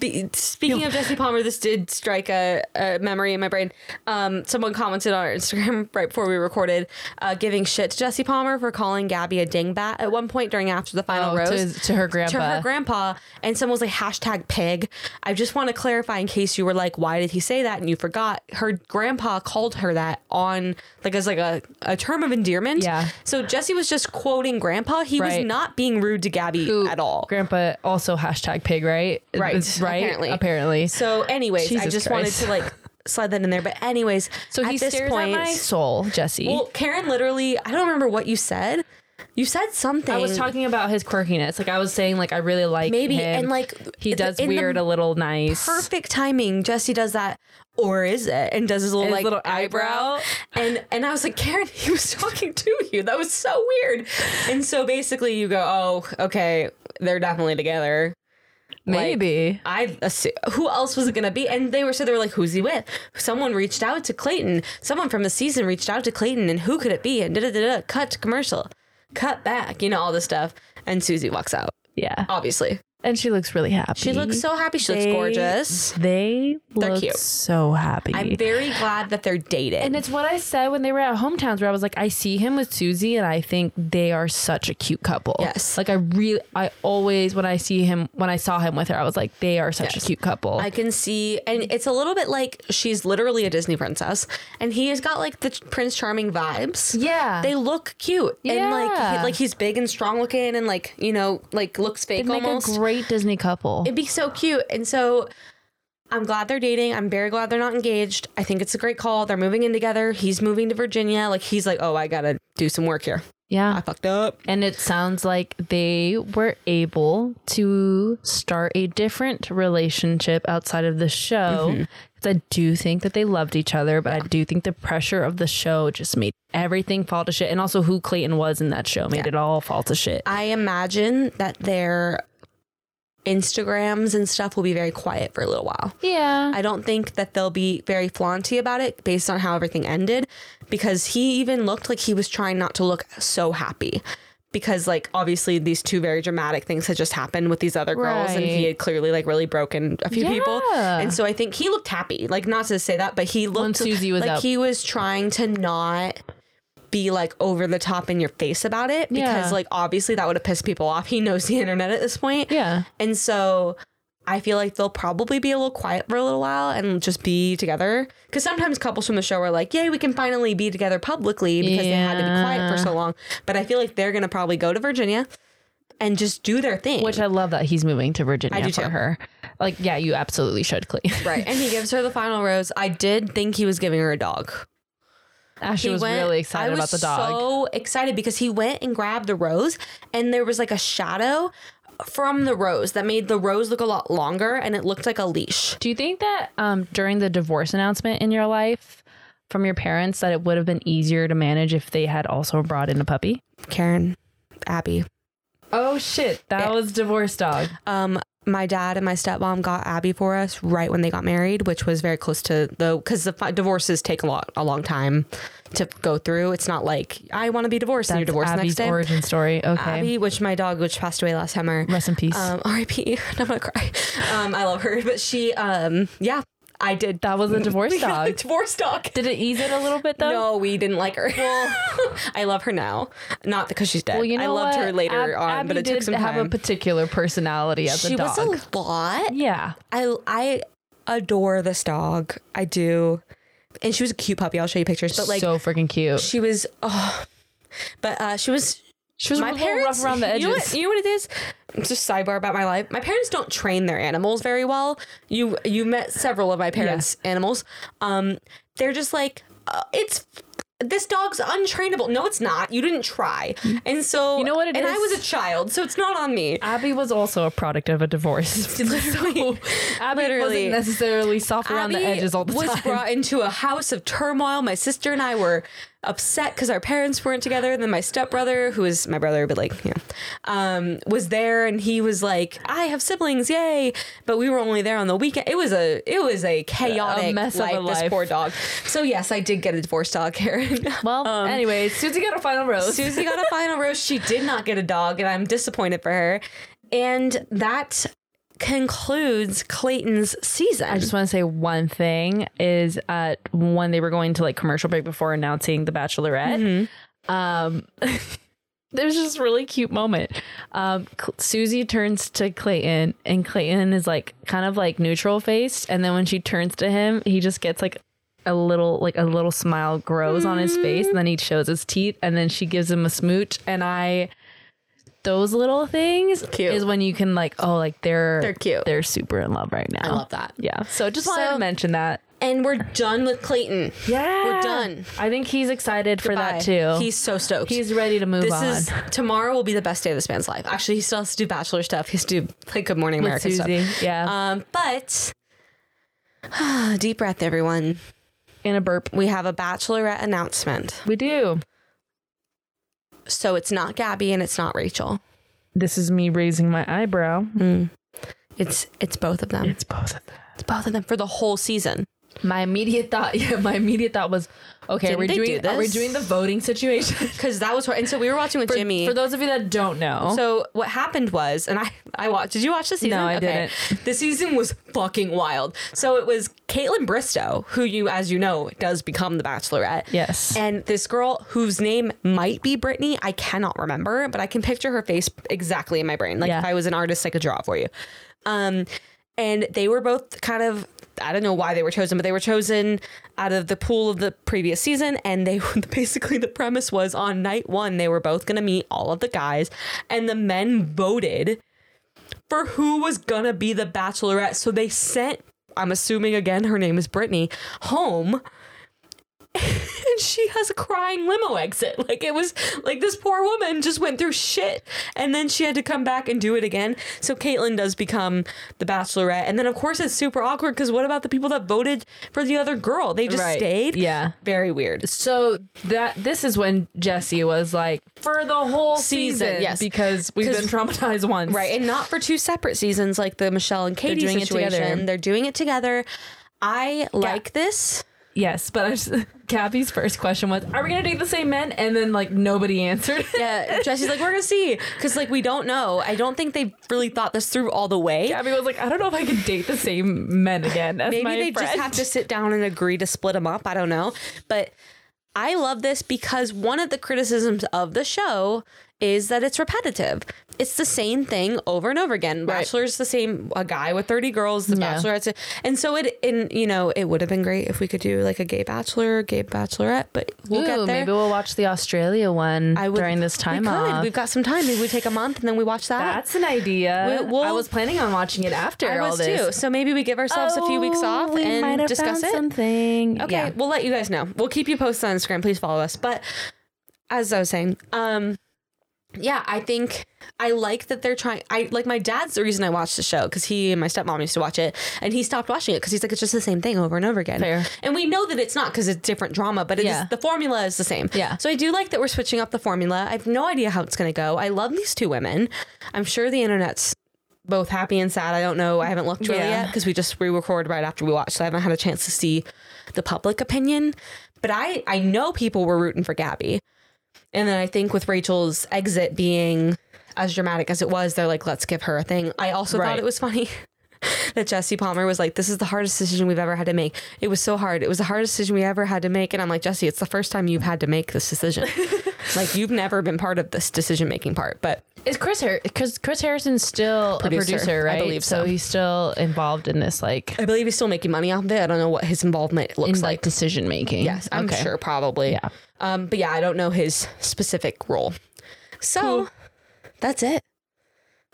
Be- Speaking of Jesse Palmer, this did strike a, a memory in my brain. Um, someone commented on our Instagram right before we recorded, uh, giving shit to Jesse Palmer for calling Gabby a dingbat at one point during after the final
Oh, to-
rose
to her grandpa.
grandpa, and someone was like hashtag pig. I just want to clarify in case you were like, why did he say that and you forgot. Her grandpa called her that on like as like a, a term of endearment.
Yeah.
So Jesse was just quoting grandpa. He
Right.
was not being rude to Gabby
Who-
at all.
Grandpa also hashtag pig, right?
Right,
It's- right.
apparently.
Apparently. So,
So, anyways, I
Jesus
just
Christ.
wanted to like slide that in there. But anyways,
he
at this
stares
point,
at my soul, Jesse.
well, Karen literally, I don't remember what you said. You said something.
I was talking about his quirkiness. Like I was saying, like I really like
Maybe,
him.
and, like,
he
in the-
does
in the
weird, a little nice.
perfect timing. Jesse does that, or is it? And does his little
His
like
little eyebrow.
And and I was like, Karen, he was talking to you. That was so weird. And so basically, you go, oh, okay, they're definitely together. Like,
Maybe.
I assu- who else was it gonna be? And they were so they were like, who's he with? Someone reached out to Clayton. Someone from the season reached out to Clayton, and who could it be? And da da da da. Cut to commercial. Cut back. You know all this stuff. And Susie walks out.
yeah.
Obviously,
And she looks really happy.
she looks so happy. She looks
They-
gorgeous.
They look
cute.
so happy.
I'm very glad that they're dating.
and it's what I said when they were at hometowns, where I was like, I see him with Susie, and I think they are such a cute couple.
Yes.
like I really, I always when I see him, when I saw him with her, I was like, they are such a cute couple.
I can see, and it's a little bit like she's literally a Disney princess, and he has got like the Prince Charming vibes.
Yeah.
they look cute, and like
Yeah.
he, like he's big and strong looking, and like you know like looks fake
They'd make
almost.
a great Disney couple.
It'd be so cute, and so. I'm glad they're dating. I'm very glad they're not engaged. I think it's a great call. They're moving in together. He's moving to Virginia. Like he's like, oh, I gotta do some work here.
yeah,
I fucked up.
And it sounds like they were able to start a different relationship outside of the show. 'Cause I do think that they loved each other, but I do think the pressure of the show just made everything fall to shit. And also, who Clayton was in that show made it all fall to shit.
I imagine that their Instagrams and stuff will be very quiet for a little while.
Yeah.
I don't think that they'll be very flaunty about it based on how everything ended because he even looked like he was trying not to look so happy because like obviously these two very dramatic things had just happened with these other girls and
Right.
he had clearly like really broken a few people
Yeah.
and so I think he looked happy like not to say that but he looked
Susie was
like
up.
he was trying to not be like over the top in your face about it because
Yeah.
like obviously that would have pissed people off he knows the internet at this point
yeah.
and so I feel like they'll probably be a little quiet for a little while and just be together. Because sometimes couples from the show are like, yay, we can finally be together publicly because they had to be quiet for so long. But I feel like they're going to probably go to Virginia and just do their thing.
Which I love that he's moving to Virginia
do
for
too.
her. Like, yeah, you absolutely should, Clayton.
right. And he gives her the final rose. I did think he was giving her a dog.
Ashley
He
was
went-
really excited
I
about the
was
dog.
So excited because he went and grabbed the rose, and there was like a shadow from the rose that made the rose look a lot longer, and it looked like a leash.
Do you think that um, during the divorce announcement in your life from your parents that it would have been easier to manage if they had also brought in a puppy?
Karen, Abby,
Oh shit, that was divorce dog.
um my dad and my stepmom got Abby for us right when they got married, which was very close to the because the fi- divorces take a lot a long time to go through. It's not like I want to be divorced and you're divorced the next
Abby's
day.
origin story. Okay.
Abby, which my dog, which passed away last summer,
Rest in peace.
um, R.I.P. I'm gonna cry. Um, I love her, but she, um, yeah, I did.
that was a divorce
We got a
dog.
divorce dog.
Did it ease it a little bit though?
No, we didn't like her. I love her now, not because she's dead.
Well, you know
I loved her
what?
later
Ab-
on, but
Abby
it took
did
some
have
time.
a particular personality as
she
a dog.
was a lot.
yeah.
I I adore this dog. I do. And she was a cute puppy. I'll show you pictures. But like
so freaking cute.
she was oh but uh she was
She was a
my
little
parents
rough around the edges.
You know, what, you know what it is? Just sidebar about my life. My parents don't train their animals very well. You you met several of my parents' animals. Um they're just like uh, it's this dog's untrainable. No, it's not. You didn't try. And so
Mm. You know what it
and I
is?
was a child, so it's not on me.
Abby was also a product of a divorce.
Literally.
Abby
Literally.
wasn't necessarily soft around the
Abby
edges all the
was
time.
brought into a house of turmoil. My sister and I were upset because our parents weren't together. Then my stepbrother, who is my brother, but like, yeah, um, was there, and he was like, "I have siblings, yay!" But we were only there on the weekend. It was a it was a chaotic
mess of a
life, This
life.
poor dog. So yes, I did get a divorce dog, Karen.
Well, anyways, Susie got a final rose.
Susie got a final rose. She did not get a dog, and I'm disappointed for her. And that concludes Clayton's season.
I just want to say one thing is uh, when they were going to like commercial break before announcing The Bachelorette.
Mm-hmm.
Um, there was just a really cute moment. Um, Cl- Susie turns to Clayton, and Clayton is like kind of like neutral faced, and then when she turns to him, he just gets like a little like a little smile grows on his face, and then he shows his teeth, and then she gives him a smooch, and I. Those little things
Cute.
is when you can like oh like they're
They're cute.
they're super in love right now
I love that.
yeah. So just wanted
So-
to mention that.
And we're done with Clayton.
Yeah.
We're done.
I think he's excited
Bye.
for that too.
He's so stoked.
he's ready to move
this
on.
is tomorrow will be the best day of this man's life. Actually, he still has to do bachelor stuff. He has to do like Good Morning
with
America
Susie.
stuff.
Yeah.
Um, but deep breath, everyone.
In a burp.
We have a bachelorette announcement.
We do.
So it's not Gabby and it's not Rachel.
This is me raising my eyebrow.
It's it's both of them.
It's both of them.
It's both of them for the whole season.
My immediate thought, yeah, my immediate thought was, okay,
Didn't
we're
they
doing
do
are we
this?
doing the voting situation?
Because that was her. And so we were watching with
For-
Jimmy.
For those of you that don't know,
So what happened was, and I I watched. Did you watch the season?
No, I
didn't. The season was fucking wild. So it was Caitlyn Bristow, who you, as you know, does become the Bachelorette.
Yes.
And this girl whose name might be Brittany, I cannot remember, but I can picture her face exactly in my brain. Like
Yeah.
if I was an artist, I could draw for you. Um, and they were both kind of. I don't know why they were chosen, but they were chosen out of the pool of the previous season. And they basically the premise was on night one, they were both going to meet all of the guys, and the men voted for who was gonna be the bachelorette. So they sent, I'm assuming again, her name is Brittany, home. And she has a crying limo exit. Like it was like this poor woman just went through shit. And then she had to come back and do it again. So Caitlyn does become the bachelorette. And then, of course, it's super awkward because what about the people that voted for the other girl? They just
Right.
stayed.
Yeah.
Very weird.
So that this is when Jesse was like for the whole
Season,
season,
yes.
because we've
'Cause-
been traumatized once,
Right, and not for two separate seasons like the Michelle and Katie
doing it
situation.
together.
They're doing it together. I like this.
Yes, but I just, Gabby's first question was, "Are we gonna date the same men?" And then like nobody answered.
Yeah, Jesse's like, we're gonna see, because like we don't know. I don't think they really thought this through all the way.
Gabby was like, "I don't know if I could date the same men again." As
Maybe
my
they just
friend."
have to sit down and agree to split them up. I don't know, but I love this because one of the criticisms of the show is that it's repetitive. It's the same thing over and over again.
Right.
Bachelor's the same, a guy with thirty girls. The
Yeah.
Bachelorette's, and so it, and you know, it would have been great if we could do like a gay Bachelor, gay Bachelorette, but we'll get there.
Maybe we'll watch the Australia one
I would-
during this time
we could.
off.
We've got some time. Maybe we take a month and then we watch that.
That's an idea.
We- we'll-
I was planning on watching it after
I
all
was
this. Oh,
too. So maybe we give ourselves a few weeks off
we might
and
have
discuss
found
it.
Something.
Okay,
Yeah.
we'll let you guys know. We'll keep you posted on Instagram. Please follow us. But as I was saying, um, yeah, I think I like that they're trying. I like my dad's the reason I watched the show because he and my stepmom used to watch it, and he stopped watching it because he's like it's just the same thing over and over again.
Fair.
And we know that it's not because it's different drama, but it is
Yeah.
the formula is the same.
Yeah.
So I do like that we're switching up the formula. I have no idea how it's going to go. I love these two women. I'm sure the internet's both happy and sad. I don't know. I haven't looked really
Yeah.
yet because we just re-record right after we watched, so I haven't had a chance to see the public opinion. But I I know people were rooting for Gabby, and then I think with Rachel's exit being as dramatic as it was, they're like, let's give her a thing. I also thought
Right.
it was funny. That Jesse Palmer was like, This is the hardest decision we've ever had to make. It was so hard. It was the hardest decision we ever had to make. And I'm like, Jesse, it's the first time you've had to make this decision. like, you've never been part of this decision making part. But
Is Chris Harrison? Because Chris Harrison's still
Producer.
a producer,
I
right?
believe so.
he's still involved in this like
I believe he's still making money off of it. I don't know what his involvement looks
in
like.
like decision making.
Yes, I'm sure probably.
Yeah.
Um, but yeah, I don't know his specific role. So that's it.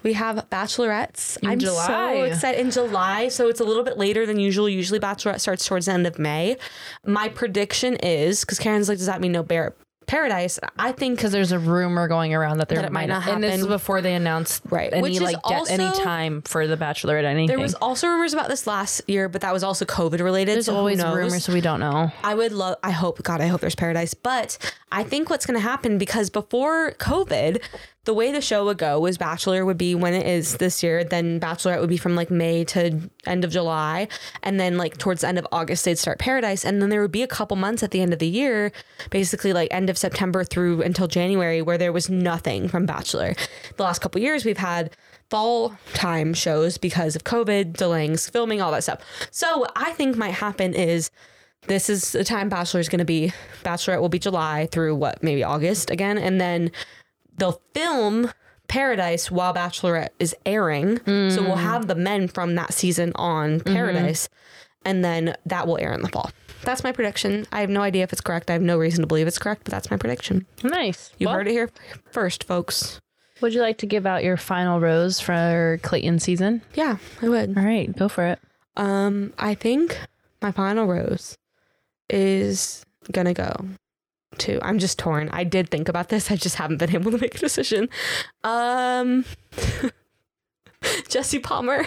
We have bachelorettes. I'm
July.
so excited in July. So it's a little bit later than usual. Usually, bachelorette starts towards the end of May. My prediction is because Karen's like, does that mean no bear paradise? I think
because there's a rumor going around that there
That it might not
And this is
happen.
before they announced
Right.
any
Which is
like de-
also-
any time for the Bachelorette. Anything.
there was also rumors about this last year, but that was also COVID related.
There's always rumors, so we don't know.
I would love, I hope, God, I hope there's paradise. But I think what's going to happen because before COVID, the way the show would go was Bachelor would be when it is this year, then Bachelorette would be from like May to end of July. And then like towards the end of August, they'd start paradise. And then there would be a couple months at the end of the year, basically like end of September through until January, where there was nothing from Bachelor. The last couple years, we've had fall time shows because of COVID, delayings, filming, all that stuff. So what I think might happen is this is the time Bachelor is going to be. Bachelorette will be July through what, maybe August again. And then they'll film Paradise while Bachelorette is airing. So we'll have the men from that season on Paradise. And then that will air in the fall. That's my prediction. I have no idea if it's correct. I have no reason to believe it's correct, but that's my prediction.
Nice.
You heard it here first, folks.
Would you like to give out your final rose for Clayton season?
Yeah, I would.
All right, go for it.
Um, I think my final rose is gonna go to. I'm just torn. I did think about this. I just haven't been able to make a decision. Um, Jesse Palmer.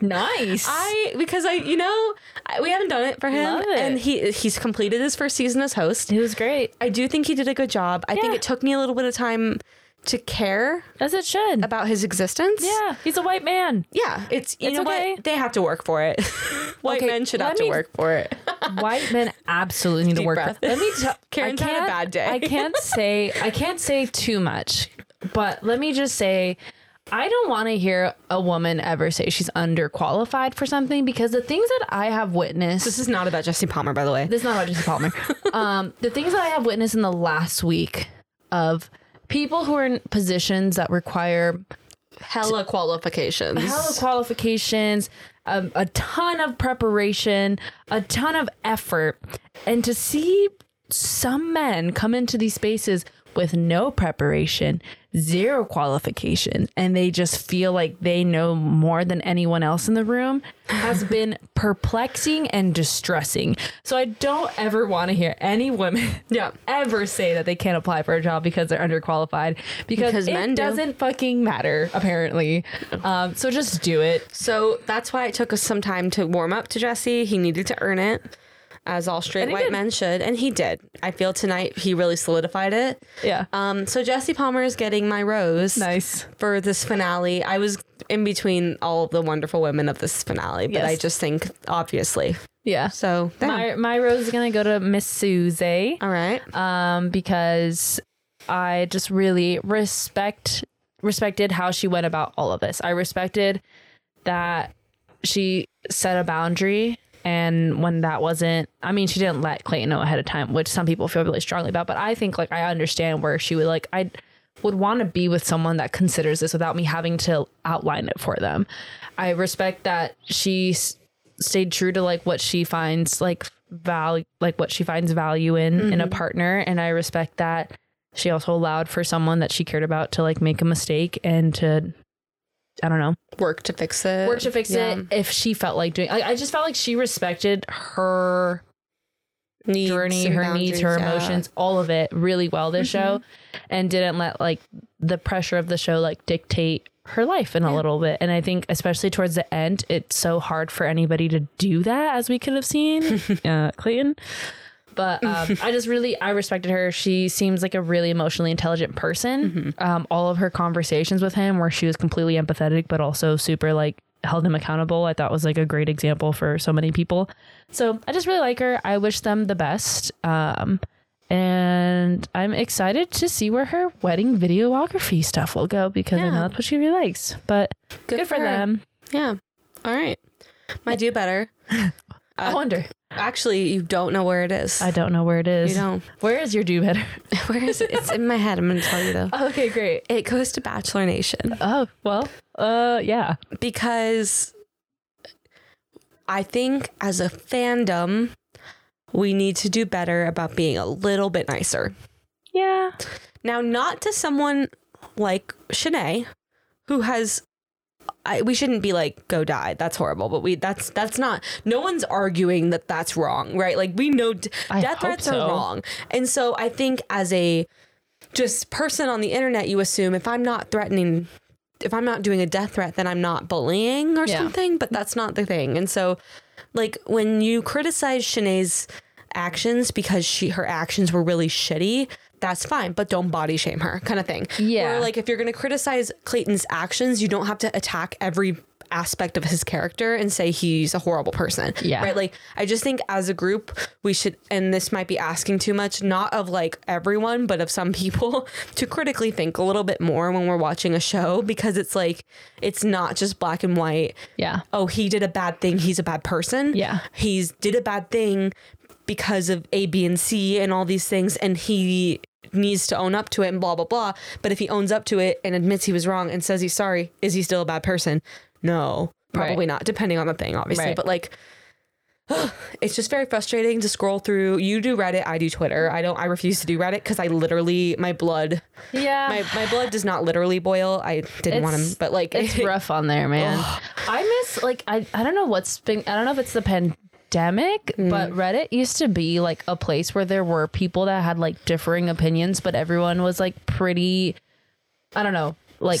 Nice.
I because I you know I, we haven't done it for him,
Love it.
and he he's completed his first season as host.
it was great.
I do think he did a good job. I think
Yeah.
it took me a little bit of time to care
As it should.
about his existence.
yeah, he's a white man.
Yeah, it's you
It's
know
okay.
what they have to work for it. White
Okay,
men should
let
have to
me-
work for it.
White men absolutely need to
Deep
work
breath.
with. Let me tell
Karen's
I
had a
can't-
bad day.
I can't say I can't say too much, but let me just say I don't want to hear a woman ever say she's underqualified for something because the things that I have witnessed
This is not about Jesse Palmer, by the way.
this is not about Jesse Palmer. um, the things that I have witnessed in the last week of people who are in positions that require
Hella qualifications.
hella qualifications, um, a ton of preparation, a ton of effort, and to see some men come into these spaces with no preparation, zero qualification, and they just feel like they know more than anyone else in the room has been perplexing and distressing. So I don't ever want to hear any women
Yeah.
ever say that they can't apply for a job because they're underqualified because,
Because
it
men do.
doesn't fucking matter apparently. Um, so just do it.
So that's why it took us some time to warm up to Jesse. He needed to earn it, as all straight
And he
white
did.
men should, and he did. I feel tonight he really solidified it.
Yeah.
Um. So Jesse Palmer is getting my rose.
Nice.
for this finale. I was in between all of the wonderful women of this finale, but
Yes.
I just think obviously.
Yeah.
So there.
My my rose is gonna go to Miss Suze.
all right.
um, because I just really respect respected how she went about all of this. I respected that she set a boundary and when that wasn't I mean she didn't let Clayton know ahead of time, which some people feel really strongly about, but I think like I understand where she would like I would want to be with someone that considers this without me having to outline it for them. I respect that she s- stayed true to like what she finds like value like what she finds value in in a partner and i respect that she also allowed for someone that she cared about to like make a mistake and to i don't know
Work to fix it.
work to fix it if she felt like doing like, i just felt like she respected her
Needs
journey,
and
her needs, her
boundaries, yeah. Mm-hmm.
emotions, all of it really well this show and didn't let like the pressure of the show like dictate her life in a little bit. And I think especially towards the end, it's so hard for anybody to do that as we could have seen uh, Clayton. But um, I just really I respected her. She seems like a really emotionally intelligent person.
Mm-hmm.
Um, all of her conversations with him, where she was completely empathetic, but also super like held him accountable. I thought was like a great example for so many people. So I just really like her. I wish them the best. Um, and I'm excited to see where her wedding videography stuff will go because I
Yeah.
know that's what she really likes. But good, for
her.
them.
Yeah. All right. My do better. Uh,
I wonder.
Actually, you don't know where it is.
I don't know where it is.
you don't.
Where is your do better?
Where is it? It's in my head. I'm going to tell you though.
okay, great.
It goes to Bachelor Nation
Oh well, uh, yeah.
because I think as a fandom, we need to do better about being a little bit nicer.
Yeah.
Now, not to someone like Shanae, who has. I, we shouldn't be like go die. That's horrible. But we that's that's not. No one's arguing that that's wrong, right? Like we know d-
I hope
death threats
so.
are wrong, and so I think as a just person on the internet, you assume if I'm not threatening, if I'm not doing a death threat, then I'm not bullying or
Yeah.
something. But that's not the thing, and so like when you criticize Shanae's actions because she her actions were really shitty, that's fine, but don't body shame her, kind of thing.
Yeah.
Or like if you're gonna criticize Clayton's actions, you don't have to attack every aspect of his character and say he's a horrible person.
Yeah.
Right. Like I just think as a group we should and this might be asking too much, not of like everyone, but of some people to critically think a little bit more when we're watching a show because it's like it's not just black and white.
Yeah.
Oh, he did a bad thing, he's a bad person.
Yeah.
He's did a bad thing because of A, B, and C and all these things and he needs to own up to it and blah blah blah. But if he owns up to it and admits he was wrong and says he's sorry, is he still a bad person? No. Probably
Right.
not, depending on the thing, obviously.
Right.
But like it's just very frustrating to scroll through. You do Reddit, I do Twitter. I don't I refuse to do Reddit because I literally my blood
Yeah.
my, my blood does not literally boil. I didn't want
It's-
him, but like
it's rough on there, man. I miss like I I don't know what's been I don't know if it's the pandemic,
Mm.
but Reddit used to be like a place where there were people that had like differing opinions, but everyone was like pretty I don't know, like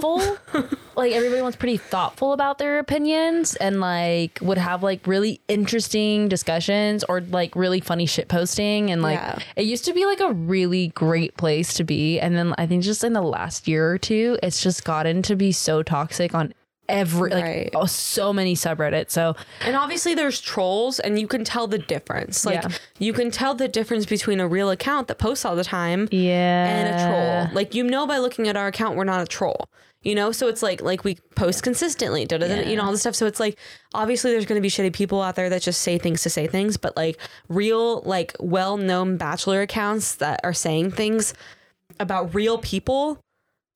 thoughtful. like everybody was pretty thoughtful about their opinions and like would have like really interesting discussions or like really funny shit posting and like
Yeah.
it used to be like a really great place to be and then I think just in the last year or two it's just gotten to be so toxic on every like
Right.
oh so many subreddits so
And obviously, there's trolls, and you can tell the difference. Like,
Yeah.
you can tell the difference between a real account that posts all the time
yeah
and a troll. Like, you know, by looking at our account, we're not a troll. You know, so it's like like we post consistently, da, da, da, you know, all this stuff. So it's like obviously there's going to be shitty people out there that just say things to say things, but like real like well-known bachelor accounts that are saying things about real people.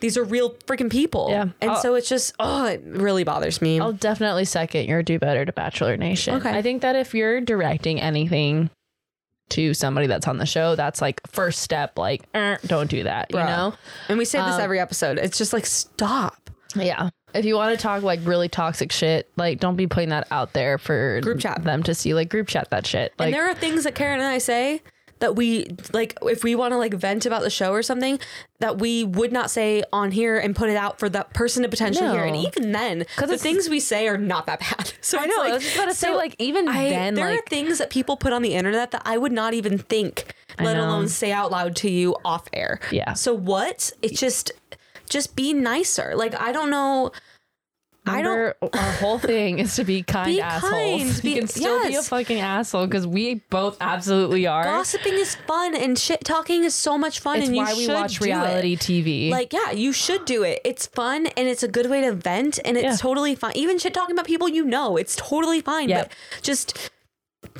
These are real freaking people.
Yeah.
And
I'll-
so it's just oh, it really bothers me.
I'll definitely second your do better to Bachelor Nation.
Okay.
I think that if you're directing anything to somebody that's on the show, that's like first step, like "Er, don't do that, you
Bruh.
know?
And we say
Um,
this every episode. It's just like stop.
Yeah. If you want to talk like really toxic shit, like don't be putting that out there for
Group chat.
them to see, like group chat that shit. Like
and there are things that Karen and I say that we like if we want to like vent about the show or something that we would not say on here and put it out for that person to potentially hear. And
No.
even then, the
it's-
things we say are not that bad. So
I know, I was just about to say, like, even then,
there
like-
are things that people put on the internet that I would not even think, let
know.
alone say out loud to you off air.
Yeah.
So what? It's just just be nicer. Like I don't know. I don't
remember our whole thing is to be kind
Be
assholes.
kind,
you
be-
can still be a
yes.
fucking asshole because we both absolutely are.
gossiping is fun and shit talking is so much fun
It's
and
why
you
we
should
watch
do
reality
it.
TV.
like yeah you should do it it's fun and it's a good way to vent and it's
Yeah.
totally fine even shit talking about people you know it's totally fine
Yeah.
but just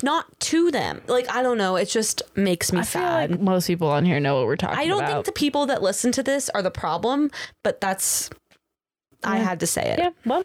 not to them like i don't know it just makes me
I feel
sad
like most people on here know what we're talking about.
i don't think the people that listen to this are the problem but that's i had to say it
Yeah, well,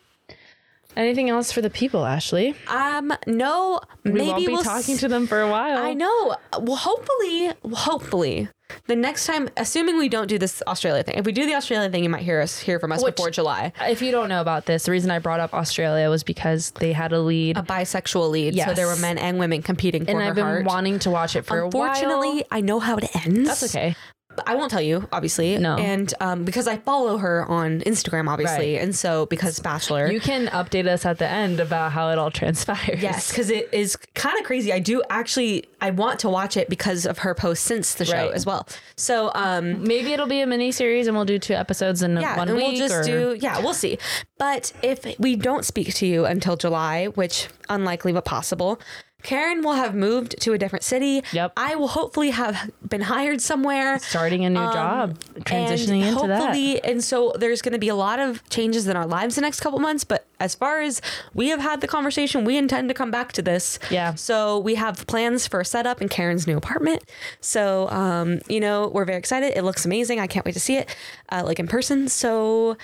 anything else for the people, Ashley?
um no
We
maybe
won't be
we'll
talking
s-
to them for a while.
I know. Well, hopefully, hopefully, the next time, assuming we don't do this Australia thing, if we do the Australia thing, you might hear us hear from us
Which-
before July.
If you don't know about this, the reason I brought up Australia was because they had a lead,
A bisexual lead, so there were
Yes.
men and women competing for
and
her
I've been
heart.
wanting to watch it for a while.
Unfortunately, I know how it ends.
that's okay.
But I won't tell you, obviously.
No.
And um, because I follow her on Instagram, obviously, and so because Bachelor,
You can update us at the end about how it all transpires.
Yes, because it is kind of crazy. I do actually, I want to watch it because of her post since the show
Right.
as well. So, um,
Maybe it'll be a mini series, and we'll do two episodes in
yeah,
one
and
week.
we'll just
or-
do yeah, we'll see. But if we don't speak to you until July, which unlikely but possible, Karen will have moved to a different city.
Yep.
I will hopefully have been hired somewhere.
starting a new job, transitioning
um, and
into that.
hopefully, and so there's going to be a lot of changes in our lives the next couple months. But as far as we have had the conversation, we intend to come back to this.
Yeah.
So we have plans for a setup in Karen's new apartment. So, um, you know, we're very excited. It looks amazing. I can't wait to see it, uh, like in person. So,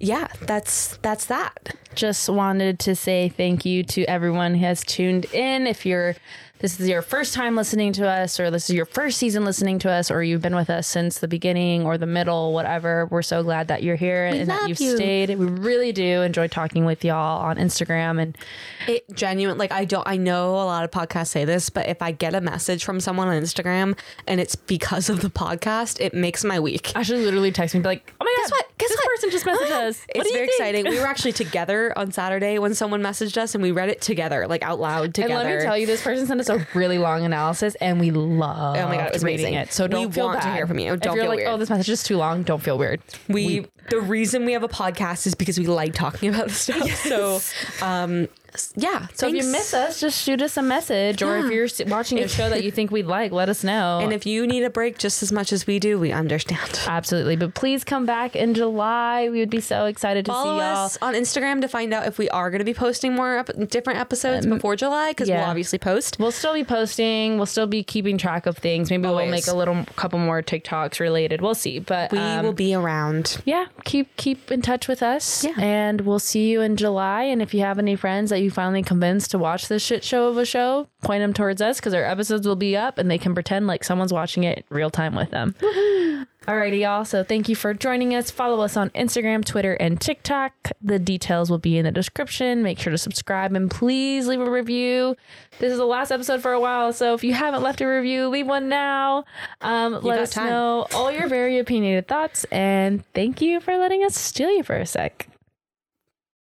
yeah, that's that's that.
just wanted to say thank you to everyone who has tuned in. If you're this is your first time listening to us, or this is your first season listening to us, or you've been with us since the beginning or the middle, whatever, we're so glad that you're here and that
love
you've
you.
stayed. We really do enjoy talking with y'all on Instagram and
It genuine like I don't I know a lot of podcasts say this, but if I get a message from someone on Instagram and it's because of the podcast, it makes my week.
Ashley literally texted me be like, "Oh my
Guess
god,
what? Guess
this
what?
person just messaged us. What
It's
do you
very
think?
exciting. We were actually together on Saturday when someone messaged us and we read it together, like out loud
And
together.
let me tell you, this person sent us a really long analysis, and we love.
Oh my God, it was
reading
amazing.
it. So
We
don't feel
want to
bad.
hear from you.
if
Don't
you're
feel
like,
weird.
oh, this message is too long. Don't feel weird.
we, the reason we have a podcast is because we like talking about this stuff. So, um, s- yeah. So
So if you miss us, just shoot us a message, or if you're s- watching a show that you think we'd like, let us know.
and if you need a break just as much as we do, we understand.
Absolutely, but please come back in July. We would be so excited to
Follow
see y'all.
us on Instagram to find out if we are going to be posting more ep- different episodes before July because
Um, yeah.
we'll obviously post.
We'll still be posting. We'll still be keeping track of things. Maybe we'll
Always.
make a little couple more TikToks related. We'll see. But
We
um,
will be around.
yeah, keep keep in touch with us.
Yeah.
And we'll see you in July. And if you have any friends that you finally convinced to watch this shit show of a show, point them towards us because our episodes will be up and they can pretend like someone's watching it real time with them. Alrighty, y'all. So thank you for joining us. Follow us on Instagram, Twitter, and TikTok. The details will be in the description. Make sure to subscribe and please leave a review. This is the last episode for a while, so if you haven't left a review, leave one now. Um, let
got
us
time.
know all your very opinionated thoughts, and thank you for letting us steal you for a sec.